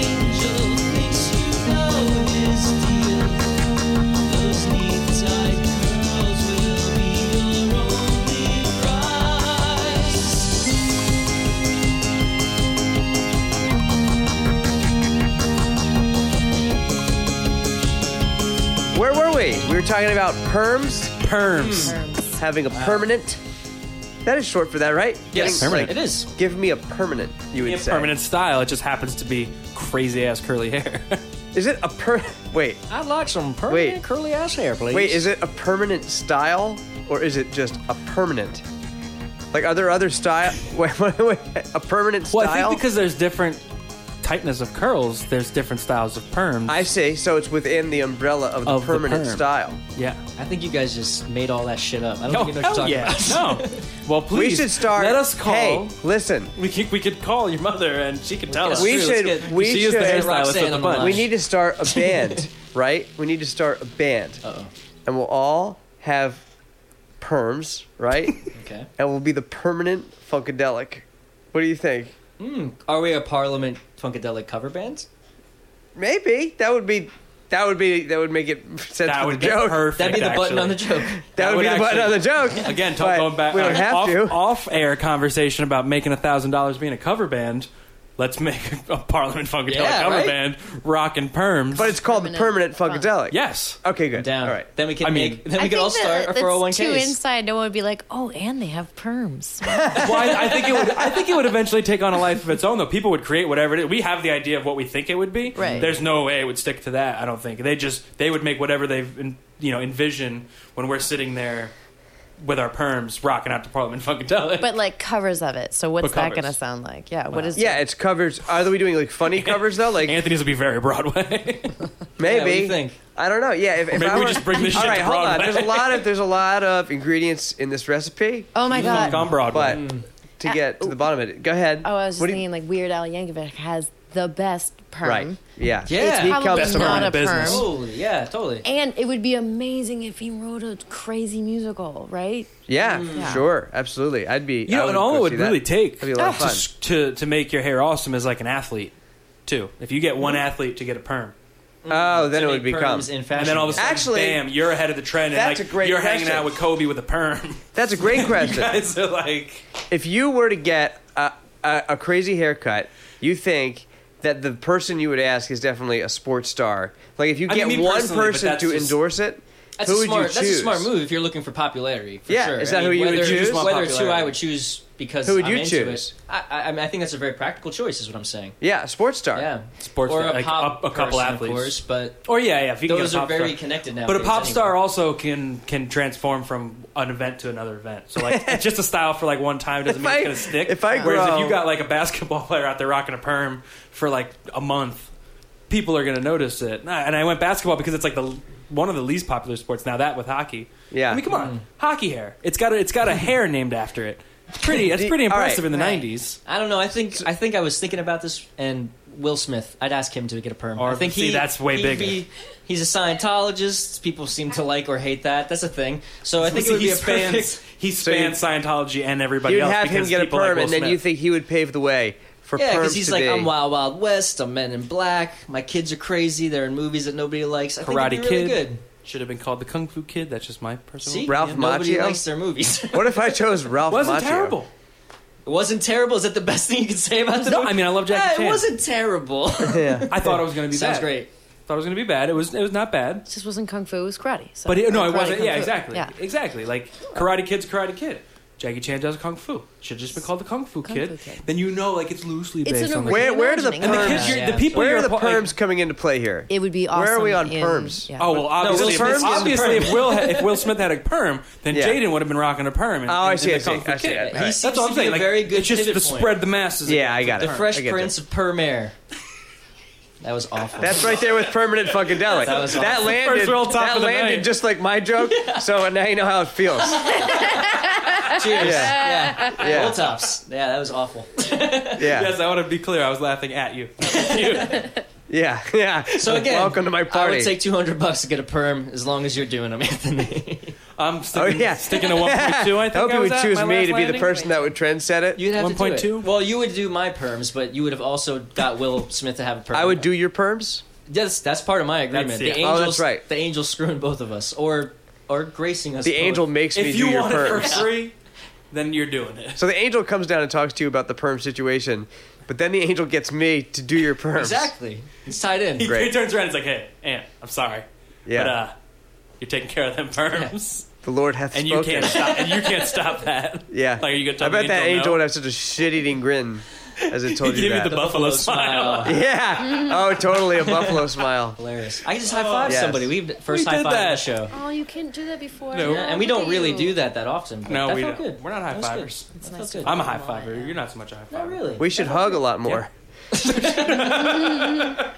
D: angel thinks you know his deal, those neat tight curls will be your only prize.
C: Where were we? We were talking about perms,
B: Perms.
E: Terms.
C: having a permanent. That is short for that, right?
D: Yes,
C: Getting-
D: it is.
C: Give me a permanent. You would
B: In
C: say.
B: permanent style, it just happens to be crazy ass curly hair. *laughs*
C: Is it a per? Wait,
D: I'd like some
C: permanent Wait.
D: curly ass hair, please.
C: wait. Is it a permanent style or is it just a permanent? Like are there other style? *laughs* Wait, wait, wait. A permanent style.
B: well, I think because there's different tightness of curls, there's different styles of perms.
C: I see. So it's within the umbrella of the
B: Of the
C: permanent
B: perm.
C: style.
B: yeah.
D: I think you guys just made all that shit up. I don't
B: Oh,
D: think you know what
B: hell
D: you're
B: yeah.
D: talking
B: no. Well, please.
C: We should start.
B: Let us call.
C: Hey, listen.
B: We could, we could call your mother and she could tell
D: about.
B: us.
C: We
D: Let's
C: should-
D: get-
C: we
B: she is the
C: should-
B: hairstylist of
D: Roxanne
B: the
D: on
B: bunch.
D: the
C: We
D: Gosh.
C: need to start
B: *laughs*
C: a band, right? We need to start a band,
D: *laughs* Uh-oh.
C: and we'll all have perms, right?
B: *laughs*
D: Okay.
C: and we'll be the permanent funkadelic. What do you think?
D: Are we a Parliament Funkadelic cover band?
C: Maybe that would be that would be that would make it sense
B: That
C: for
B: would
C: the
B: be
C: joke.
B: perfect.
D: That'd be the button
B: actually.
D: on the joke.
C: *laughs* That,
B: That
C: would, be
B: would
C: the button on the
B: actually- *laughs*
C: joke.
B: Again, t-
C: But
B: going back,
C: we don't
B: uh,
C: have
B: off,
C: to.
B: Off-air conversation about making a thousand dollars being a cover band. Let's make a Parliament Funkadelic
D: Yeah,
B: cover
D: right?
B: band, rockin' perms.
C: But it's called
E: Permanent
C: the permanent funkadelic.
B: yes,
C: Okay, good.
D: I'm down.
C: All right.
D: Then we can
B: I mean-
D: make. Then
E: I
D: we can
E: think
D: all start
E: that-
D: a
E: that's too
D: 401ks.
E: inside. No one would be like, oh, and they have
D: *laughs*
E: perms.
B: well, I, I think it would. I think it would eventually take on a life of its own. Though people would create whatever it is. We have the idea of what we think it would be.
E: Right.
B: There's no way it would stick to that. I don't think they just they would make whatever they've en- you know envision when we're sitting there with our perms rocking out to Parliament Funkadelic.
E: but like covers of it. So what's
B: But
E: that
B: covers.
E: going to sound like? Yeah. What is
C: Yeah, it's covers. Are we doing
B: *laughs*
C: like funny covers though? Like
B: Anthony's would be very Broadway.
C: maybe.
D: what do you think?
C: I don't know. Yeah, if, if
B: maybe
C: I
B: we
C: were,
B: just bring this
C: *laughs* All
B: shit
C: right,
B: to
C: hold on.
B: Broadway.
C: There's a lot of there's a lot of ingredients in this recipe,
E: Oh my god.
B: *laughs* Funk on Broadway.
C: but to get to the bottom of it, go ahead.
E: Oh, I was just
C: What do you-
E: thinking like Weird Al Yankovic has the best perm.
C: Right. Yeah.
D: Yeah.
E: It's
C: He
E: probably
C: comes to
E: not
B: mind.
E: a
B: Business.
E: perm.
D: Totally. Yeah. Totally.
E: And it would be amazing if he wrote a crazy musical, right?
C: Yeah,
E: Yeah.
C: sure, absolutely. I'd be.
B: You
C: I
B: know, and all
C: go
B: it would
C: see that.
B: really take
C: That'd be a lot of
B: to
C: fun.
B: s- to to make your hair awesome is like an athlete, too. If you get one
C: Mm-hmm.
B: athlete to get a perm,
C: Oh, then
D: To
C: it would
D: make
C: become.
D: perms in fashion.
B: and then all of a sudden,
C: Actually,
B: bam, you're ahead of the trend, and
C: that's
B: like
C: a great
B: you're hanging
C: question.
B: out with Kobe with a perm. *laughs*
C: That's a great question.
B: Guys are like,
C: if you were to get a, a, a crazy haircut, you think that the person you would ask is definitely a sports star. Like if you
B: I mean,
C: get
B: me
C: one
B: personally, but
C: person
B: that's
C: to
B: just-
C: endorse it,
D: That's
C: who
D: a
C: would
D: smart.
C: you choose?
D: That's a smart move if you're looking for popularity. For
C: Yeah,
D: sure.
C: is
D: I
C: that who
D: mean,
C: you would
D: whether,
C: choose?
D: Whether two, I
B: Popularity.
D: would choose because
C: Who would
D: I'm
C: you
D: into it.
C: choose?
D: I, I, I mean, I think that's a very practical choice, is what I'm saying.
C: Yeah, sports star.
D: Yeah,
B: Sports-
D: or a
B: like,
D: pop
B: a- a couple
D: person,
B: athletes.
D: of course, but
B: Or yeah, yeah. If you can
D: Those
B: get a
D: are
B: pop
D: very
B: star.
D: connected
B: But a
D: nowadays
B: pop star
D: anyway.
B: also can can transform from an event to another event. So like it's just a style for like one time doesn't
C: If
B: mean
C: I-
B: it's gonna stick.
C: if I
B: Whereas
C: grow-
B: if you got like a basketball *laughs* player out there rocking a perm for like a month, people are gonna notice it. And I- and I went basketball because it's like the one of the least popular sports now. That with hockey.
C: Yeah.
B: I mean, come
D: Mm-hmm.
B: on, hockey hair. It's got a, it's
C: *laughs*
B: got a hair named after it. It's pretty. It's
C: Do-
B: pretty
C: all right.
B: impressive in the
D: Right.
B: nineties.
D: I don't know. I think I think I was thinking about this, and Will Smith. I'd ask him to get a perm.
B: Or-
D: I think
B: see,
D: he,
B: that's way
D: he'd
B: bigger.
D: be- he's a Scientologist. People seem to like or hate that. That's a thing. So I think it would
B: he
D: be a perfect.
B: spans he spans Scientology and everybody
C: You'd
B: else.
C: have him
B: because
C: get a
B: people
C: perm,
B: like Will
C: and then you
B: Smith.
C: think he would pave the way for
D: Yeah,
C: perms
D: because he's
C: to
D: like,
C: be.
D: I'm Wild Wild West. I'm Men in Black. My kids are crazy. They're in movies that nobody likes. I think
B: Karate
D: it'd be
B: Kid.
D: really good.
B: Should have been called the Kung Fu Kid. That's just my personal.
D: See,
C: Ralph
D: Yeah, nobody
C: Macchio?
D: likes their movies. *laughs* it
C: What if I chose Ralph?
B: wasn't
C: Macchio?
B: terrible.
D: wasn't terrible. Is that the best thing you could say about the
B: No,
D: movie?
B: I mean, I love Jackie
D: Yeah,
B: Chan.
D: It
B: *laughs*
D: wasn't terrible.
C: *laughs* Yeah.
B: I thought it was going to be
D: Sounds
B: bad.
D: great.
B: Thought it was going to be bad. It was. It was not bad.
E: It just wasn't kung fu. It was karate. So.
B: But it, no,
E: Or
B: it
E: karate,
B: wasn't.
E: kung
B: Yeah,
E: fu.
B: exactly.
E: Yeah.
B: Exactly. Like Karate Kid's Karate Kid. Jackie Chan does Kung Fu. Should have just been called the Kung Fu,
E: Kung
B: Kid.
E: Fu Kid.
B: Then you know, like it's loosely
E: It's
B: based on.
E: an original
B: Like,
C: Where- where do the
B: and
E: imagining.
B: the
D: perms-
B: kids, you're,
D: Yeah.
B: the people
C: Where
B: you're
C: are the
B: appla- like-
C: perms coming into play here?
E: *laughs* It would be awesome.
C: Where are we on
E: in-
C: perms?
E: yeah.
B: Oh well, obviously,
D: Will
B: if,
D: Smith-
B: obviously, if Will had, if Will Smith had a perm, then
C: Yeah.
B: Jaden would have been rocking a perm. And,
C: Oh, I
B: and
C: see,
B: did
C: I
B: the
C: see,
B: Kung Fu
C: I see.
B: Kid.
C: I-
D: He
C: Right.
D: seems
B: That's
D: to
B: what I'm
D: be
B: saying.
D: A
B: Like,
D: very good
B: it's just
D: pivot
B: to
D: point.
B: spread the masses.
C: Yeah,
B: again.
C: I got it.
D: The Fresh
C: I get
D: Prince
C: That.
D: of Perm Air. That was awful.
C: That's right there with permanent funkadelic.
D: That was
C: that
D: awesome.
C: landed.
B: First world top
C: that
B: of the
C: landed
B: night.
C: just like
B: *laughs*
C: my joke. So now you know how it feels.
D: Cheers.
C: Yeah.
D: Yeah.
C: Yeah.
D: Roll tops. Yeah, that was awful.
C: Yeah,
B: Yes, I want to be clear. I was laughing at you.
C: yeah, *laughs* yeah.
B: *laughs*
D: So again,
C: welcome to my party.
D: I would take two hundred bucks to get a perm as long as you're doing them, *laughs* Anthony.
B: I'm sticking,
C: Oh, yeah.
B: sticking to 1.2. I think
C: *laughs* I hope
B: I
C: you
B: was
C: would
B: at,
C: choose
B: my
C: me
B: last
C: to be the
B: landing.
C: person that would trendset it.
D: You'd have to do it.
B: 1.2?
D: Well, you would do my perms, but you would have also got Will Smith to have a perm.
C: I would do your perms.
D: Yes, that's part of my agreement.
B: That's-
D: The
B: yeah.
D: angels,
C: Oh, that's right.
D: The angels screwing both of us, or or gracing us.
C: The
D: both.
C: angel makes me
B: If you
C: do your
B: want it for
C: perms.
B: free, then you're doing it. *laughs*
C: So the angel comes down and talks to you about the perm situation, but then the angel gets me to do your perms.
D: Exactly. It's
B: *laughs*
D: tied in.
B: He,
C: Great.
B: he turns around and he's like, hey, Aunt, I'm sorry.
C: Yeah.
B: But uh, you're taking care of them perms.
C: The Lord hath
B: And you
C: spoken.
B: can't stop and you can't stop that.
C: *laughs* Yeah.
B: Like, are you gonna tell
C: I bet
B: the
C: that
B: angel
C: angel
B: no?
C: would have such a shit-eating grin as
B: *laughs*
C: it
B: He
C: told you
B: gave you
C: that.
B: the buffalo smile.
C: *laughs* yeah. Oh, totally a
B: *laughs*
C: buffalo smile.
D: *laughs* Hilarious. I can just high five
C: Yes.
D: somebody. We've first
B: We
D: high
B: did
D: five
B: that.
D: the show.
E: Oh, you couldn't do that before.
B: No.
D: Yeah, and we don't really do that that often. But
B: No,
D: that
B: we
D: felt
B: don't.
D: Good.
B: We're not high
D: That was good.
B: fivers.
D: That
E: It's
D: felt
E: nice
D: good.
B: I'm a high fiver. You're not so much a high fiver.
D: Not really.
C: We should hug a lot more. *laughs* a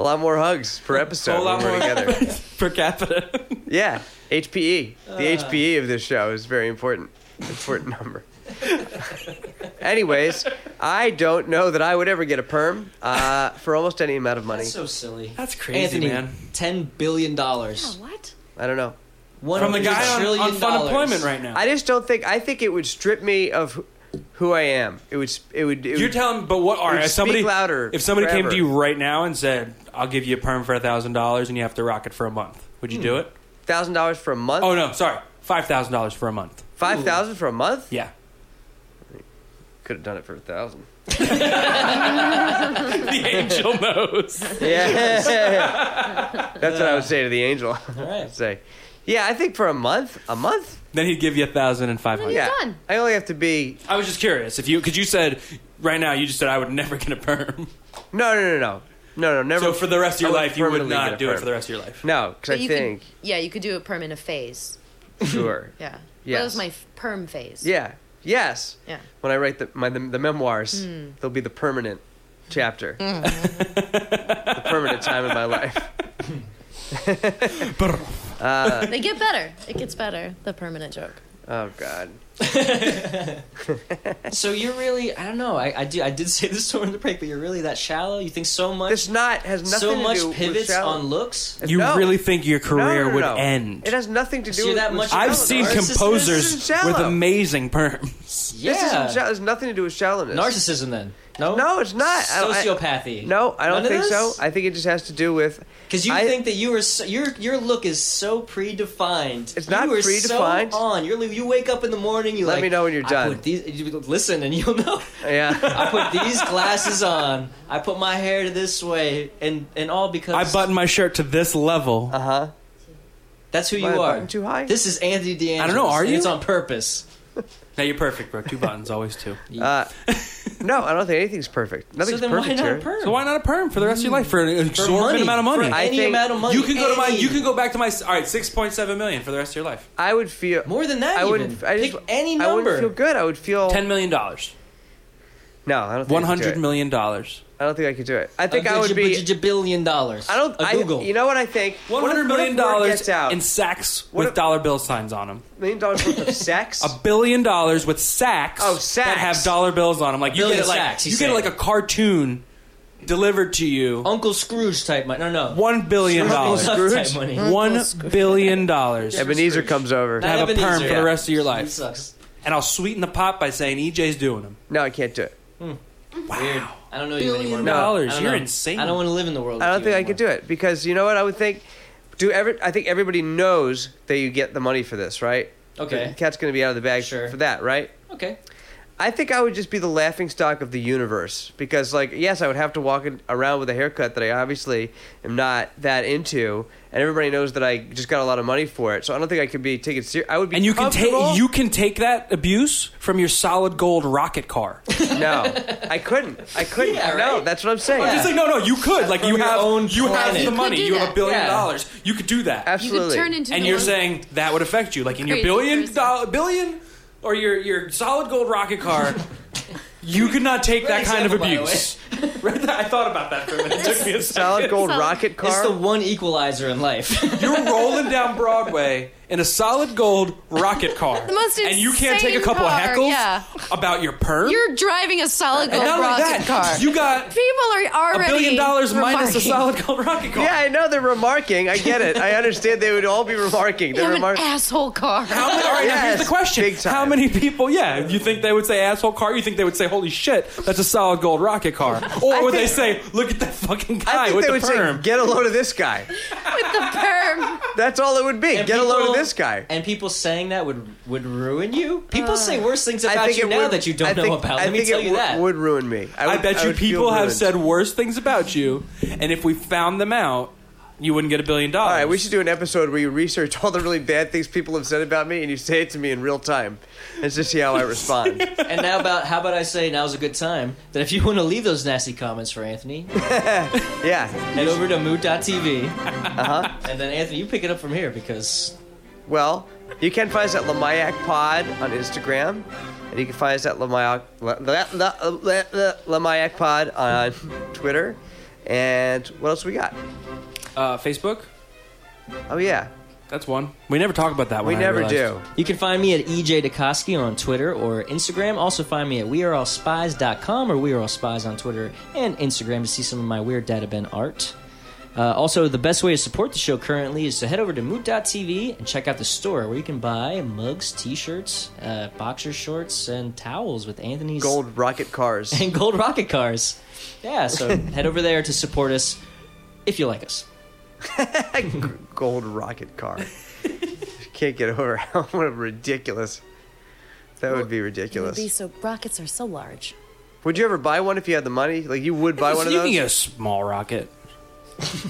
C: lot more hugs per episode
B: Whole lot
C: when we're
B: more.
C: together.
B: *laughs* per capita.
C: Yeah. HPE. The
B: Uh.
C: HPE of this show is very important. Important number. Anyways, I don't know that I would ever get a perm uh, for almost any amount of money.
D: That's so silly.
B: That's crazy,
D: Anthony,
B: man.
D: Ten billion
E: Oh,
D: dollars.
E: what?
C: I don't know.
D: One
B: From the
D: hundred
B: guy on,
D: trillion
B: on fun
D: dollars.
B: employment right now.
C: I just don't think. I think it would strip me of wh- who I am. It would. sp- It would. It
B: You're
C: would-
B: telling, but what are
C: Dude,
B: if somebody
C: speak louder
B: If somebody came
C: forever.
B: to you right now and said, "I'll give you a perm for a thousand dollars and you have to rock it for a month," would you
C: Hmm.
B: do it?
C: thousand dollars for a month.
B: Oh no, sorry, five thousand dollars for a month.
C: Five thousand for a month?
B: *laughs* Yeah,
C: Could have done it for a thousand.
B: the angel knows.
C: Yeah. *laughs* That's what I would say to the angel.
D: All
C: I'd *laughs*
D: right.
C: say, yeah, I think for a month, a month.
B: Then he'd give you a thousand and five
E: You're
B: hundred.
C: Yeah.
E: done.
C: I only have to be.
B: I was just curious if you, because you said right now you just said I would never get a perm.
C: No, no, no, no, no, no. Never.
B: So for the rest of
C: I
B: your
C: would
B: life, you would
C: permanently get
B: not
C: a
B: do it
C: perm.
B: for the rest of your life.
C: No, because
E: But
C: I
E: you
C: think
E: Could, yeah, you could do a perm in a phase. *laughs*
C: sure.
E: Yeah.
C: Yes.
E: That was my f- perm phase.
C: Yeah. Yes.
E: Yeah. Hmm.
C: When I write the my the, the memoirs, they'll be the permanent chapter. *laughs* the permanent time in my life.
E: They get better. It gets better. The permanent joke.
C: Oh God.
D: So you're really, I don't know. I, I do. I did *laughs* say this during the break, but you're really that shallow. You think so much,
C: This knot has nothing
D: so
C: to
D: much
C: do with
D: pivots
C: shallow-
D: on looks.
B: You
C: No.
B: really think your
C: No, no,
B: career
C: no,
B: would
C: no.
B: end?
C: It has nothing to do
D: you're
C: with
D: that
C: with
D: much-
B: I've
D: No,
B: seen
D: narcissism isn't
B: composers
C: shallow.
B: with amazing perms.
D: Yeah.
C: This isn't sha- has nothing to do with shallowness.
D: Narcissism, then? No.
C: No, it's not. I don't- I-
D: Sociopathy.
C: No, I don't
D: None of
C: think so.
D: this?
C: I think it just has to do with
D: Because you
C: I-
D: think that you are so, your your look is so predefined.
C: It's not
D: you are
C: predefined.
D: So on you're, you wake up in the morning. You
C: Let
D: like,
C: me know when you're
D: I
C: done.
D: put these- you listen, and you'll know. *laughs*
C: yeah.
D: I put these glasses on. I put my hair this way, and and all because
B: I button my shirt to this level.
C: Uh huh.
D: That's who
C: Am I
D: you are.
C: button too high?
D: This is Anthony DeAngelis.
B: I don't know, are
D: and It's
B: you?
D: on purpose.
B: Now you're perfect, Brooke. Two buttons, always two.
D: *laughs*
C: Uh, no, I don't think anything's perfect.
D: So
C: Nothing's
D: then why
C: perfect
D: not a
C: here.
B: *laughs*
D: perm?
B: So why not a perm for the rest of your life for an exorbitant amount of money?
D: For
C: I
D: any
C: think-
D: amount of money.
B: you can go to my.
D: any.
B: You can go back to my. s- All right, six point seven million for the rest of your life.
C: I would feel
D: More than that
C: I wouldn't.
D: even.
C: I
D: Pick
C: just,
D: any
C: I
D: number.
C: wouldn't feel good. I would feel
B: Ten million dollars.
C: No, I don't. Think
B: One
C: I could do
B: hundred
C: it.
B: million dollars.
C: I don't think I could do it. I
D: A
C: think I would
D: gajib-
C: be.
D: gajib- billion dollars.
C: I don't.
D: A
C: I,
D: Google.
C: You know what I think?
B: One
C: What if-
B: hundred million
C: what if word
B: dollars
C: gets out.
B: in sacks
C: What
B: with
C: if-
B: dollar bill signs on them.
C: million dollars worth of
D: *laughs*
C: sex.
B: A billion dollars with sacks.
C: Oh,
B: that
C: sacks.
B: have dollar bills on them. Like you
D: Billion
B: get it like
D: sacks,
B: you
D: he's
B: get it
D: saying.
B: like a cartoon delivered to you.
C: Oh.
D: Uncle Scrooge type money. No, no.
B: One billion
C: *laughs*
D: Uncle
B: dollars.
D: Scrooge
C: Scrooge? Hmm.
D: type money.
B: One billion dollars.
C: Ebenezer comes over.
B: Have a perm
D: Ebenezer.
B: for the rest of your
D: He
B: life,
D: sucks.
B: and I'll sweeten the pot by saying EJ's doing them.
C: No, I can't do it.
D: Weird. I don't know you
B: Billion
D: anymore.
B: dollars.
D: I don't
B: You're
D: know.
B: insane.
D: I don't want to live in the world.
C: I don't think I could do it because you know what I would think. Do every? I think everybody knows that you get the money for this, right?
D: Okay.
C: The cat's gonna be out of the bag
D: Sure.
C: for that, right?
D: Okay.
C: I think I would just be the laughing stock of the universe because, like, yes, I would have to walk in, around with a haircut that I obviously am not that into, and everybody knows that I just got a lot of money for it. So I don't think I could be taken serious. I would be.
B: And you can
C: comfortable-
B: take you can take that abuse from your solid gold rocket car.
C: No, I couldn't. I couldn't.
D: Yeah,
C: No,
D: right?
C: that's what I'm saying.
B: It's like no, no, you could like
D: From
B: you
D: your
B: have
D: own
B: you have
D: planet.
B: the
D: You
E: could
B: money,
E: do
B: you have
E: that.
B: a billion
D: Yeah.
B: dollars, you could do that,
E: You could
C: Absolutely.
E: turn into
B: and
E: the
B: you're
E: most-
B: saying that would affect you, like in your
E: Crazy
B: billion
E: person.
B: dollar billion or your your solid gold rocket car. You could not take that
D: Great
B: kind of
D: example, by the
B: abuse. Right? *laughs* I thought about that for a minute. It took me a
C: solid
B: second.
C: gold
E: Solid.
C: rocket car.
D: It's the one equalizer in life. *laughs*
B: You're rolling down Broadway in a solid gold rocket car,
E: The most
B: and you can't take a
E: insane
B: couple
E: car,
B: heckles
E: yeah.
B: about your perm.
E: You're driving a solid
B: and
E: gold
B: not only
E: rocket
B: that,
E: *laughs* car.
B: you got
E: People are
B: a
E: already
B: billion dollars minus a
E: remarking.
B: solid
E: *laughs*
B: gold rocket car.
C: yeah, I know they're remarking. I get it. I understand they would all be remarking.
E: You
C: They're
E: have an
C: remarking.
E: asshole car. *laughs*
B: How many, all right, now here's
C: Yes,
B: the question.
C: big time.
B: How many people, yeah, you think they would say asshole car? You think they would say, holy shit, that's a solid gold rocket
C: *laughs*
B: car? Or would they say, look at that fucking
C: I
B: guy
C: think
B: with the
C: they would
B: perm?
C: say, "Get a load of this guy."
E: With the perm.
C: That's all it would be.
D: And
C: Get a load
D: people-
C: of this guy. Uh,
D: And people saying that would would ruin you. People say worse things
C: I
D: about
C: think
D: you
C: it
D: now
C: would,
D: that you don't
C: I
D: know
C: think-
D: about.
C: I
D: Let me
C: think
D: tell
C: it
D: you
C: would-
D: that.
C: would ruin me. I,
B: I
C: would-
B: bet you
C: would feel
B: people have
C: ruined.
B: said worse things about you, and if we found them out, you wouldn't get a billion dollars.
C: All right, we should do an episode where you research all the really bad things people have said about me, and you say it to me in real time, and just see how I respond.
D: *laughs* and now about how about I say now's a good time that if you want to leave those nasty comments for Anthony,
C: yeah.
D: head over to mood.tv. Uh-huh. And then Anthony, you pick it up from here because
C: Well, you can find us at Lamayak Pod on Instagram, and you can find us at Lamayak La- La- La- La- La- Lamayak Pod on *laughs* Twitter, and what else we got?
B: Uh, Facebook?
C: Oh yeah,
B: That's one. We never talk about that one.
C: we
B: I
C: never
B: realized.
C: do.
D: you can find me at EJ Dukoski on Twitter or Instagram. Also find me at weareallspies.com or We Are All Spies on Twitter and Instagram to see some of my weird data ben art. Uh, also, the best way to support the show currently is to head over to moot.tv and check out the store where you can buy mugs, t-shirts, uh, boxer shorts, and towels with Anthony's
C: Gold rocket cars.
D: *laughs* and gold rocket cars. Yeah, so head over there to support us if you like us.
C: gold rocket car. Can't get over how *laughs* what a ridiculous. That would be ridiculous.
E: Be so rockets are so large.
C: Would you ever buy one if you had the money? Like you would buy one of
B: you can
C: those?
B: get a small rocket.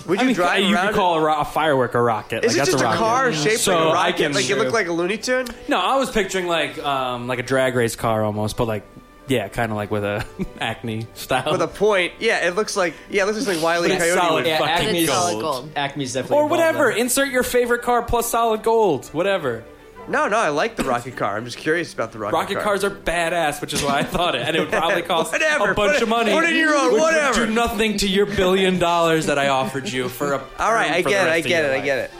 C: Would you
B: I mean,
C: drive
B: you
C: around?
B: could call a, ro- a firework a rocket.
C: Is
B: like,
C: it
B: that's
C: just a,
B: rocket.
C: car shaped
B: So
C: like a
B: I
C: rocket?
B: can-
C: like it looked like a Looney Tune?
B: No, I was picturing like um, like a drag race car almost, but like yeah, kind of like with a *laughs* acne style.
C: With a point. Yeah, it looks like yeah, it looks just like Wiley
B: But it's
C: Coyote.
B: *laughs* solid.
C: would-
B: Yeah, Fucking
E: It's solid
B: gold.
E: gold.
D: Acme's definitely
B: or
D: involved
B: whatever.
D: in it.
B: Insert your favorite car plus solid gold. Whatever.
C: No, no, I like the rocket car. I'm just curious about the rocket,
B: Rocket
C: car.
B: cars are badass, which is why I thought it, and it would probably cost
C: Whatever.
B: a bunch
C: Put it-
B: of money.
C: put it in your own,
B: which would
C: whatever.
B: do nothing to your billion dollars that I offered you for a.
C: All right, I
B: for the
C: get it.
B: rest
C: I
B: of
C: get
B: your
C: it. I
B: life.
C: get it.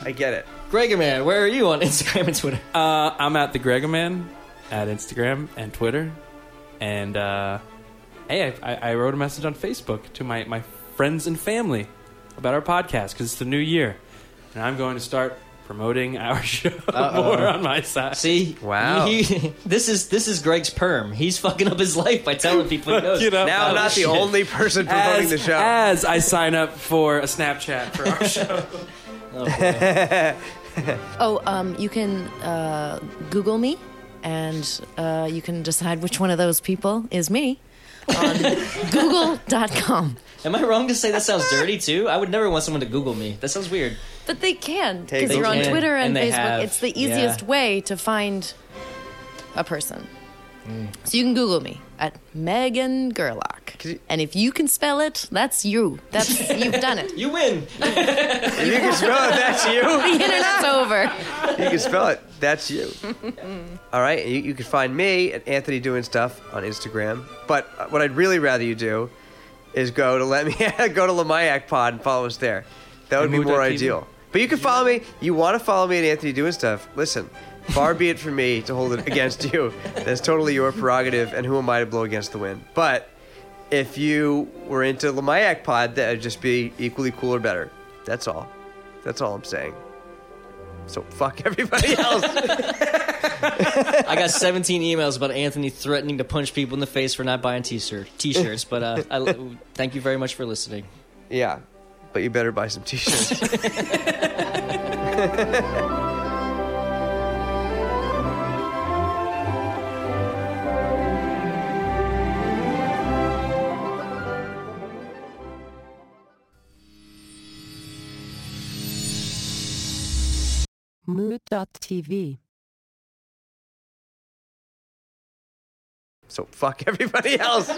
C: I get it.
D: Gregor Man, where are you on *laughs* Instagram and Twitter?
B: Uh, I'm at the Gregor Man at Instagram and Twitter, and uh, hey, I, I wrote a message on Facebook to my, my friends and family about our podcast because it's the new year, and I'm going to start promoting our *laughs* show more on my side.
D: See,
C: Wow.
D: He- this is this is Greg's perm. He's fucking up his life by telling people he knows.
B: You know.
C: Now
D: Oh,
C: I'm not
D: shit.
C: the only person promoting
B: as,
C: the show.
B: as I sign up for a Snapchat for our show.
D: Oh, boy.
E: Oh, um, you can uh, Google me, and uh, you can decide which one of those people is me *laughs* on Google.com.
D: Am I wrong to say that sounds dirty too? I would never want someone to Google me. That sounds weird.
E: But they can because
C: Take
E: you're on
D: them.
E: Twitter and,
D: And they
E: Facebook.
D: have-
E: it's the
D: yeah.
E: easiest way to find a person. So you can Google me at Megan Gerlach,
C: Could you-
E: and if you can spell it, that's you. That's you've done it.
D: You win.
C: If you
B: *laughs*
C: can spell it, that's you.
E: The internet's over.
C: You can spell it, that's you. All right, and you, you can find me at Anthony Doing Stuff on Instagram. But uh, what I'd really rather you do is go to let me *laughs* go to Lamayak Pod and follow us there. That would be
B: Remove
C: more
B: that TV.
C: ideal. But you can follow me. You want to follow me at Anthony Doing Stuff? Listen, far be it from me to hold it against you. That's totally your prerogative, and who am I to blow against the wind? But if you were into Lamayak Pod, that would just be equally cool or better. That's all. That's all I'm saying. So fuck everybody else.
D: I got 17 emails about Anthony threatening to punch people in the face for not buying t-shirt t-shirts. But uh, I, thank you very much for listening.
C: Yeah, but you better buy some t-shirts.
F: Mood.tv.
C: so fuck everybody else.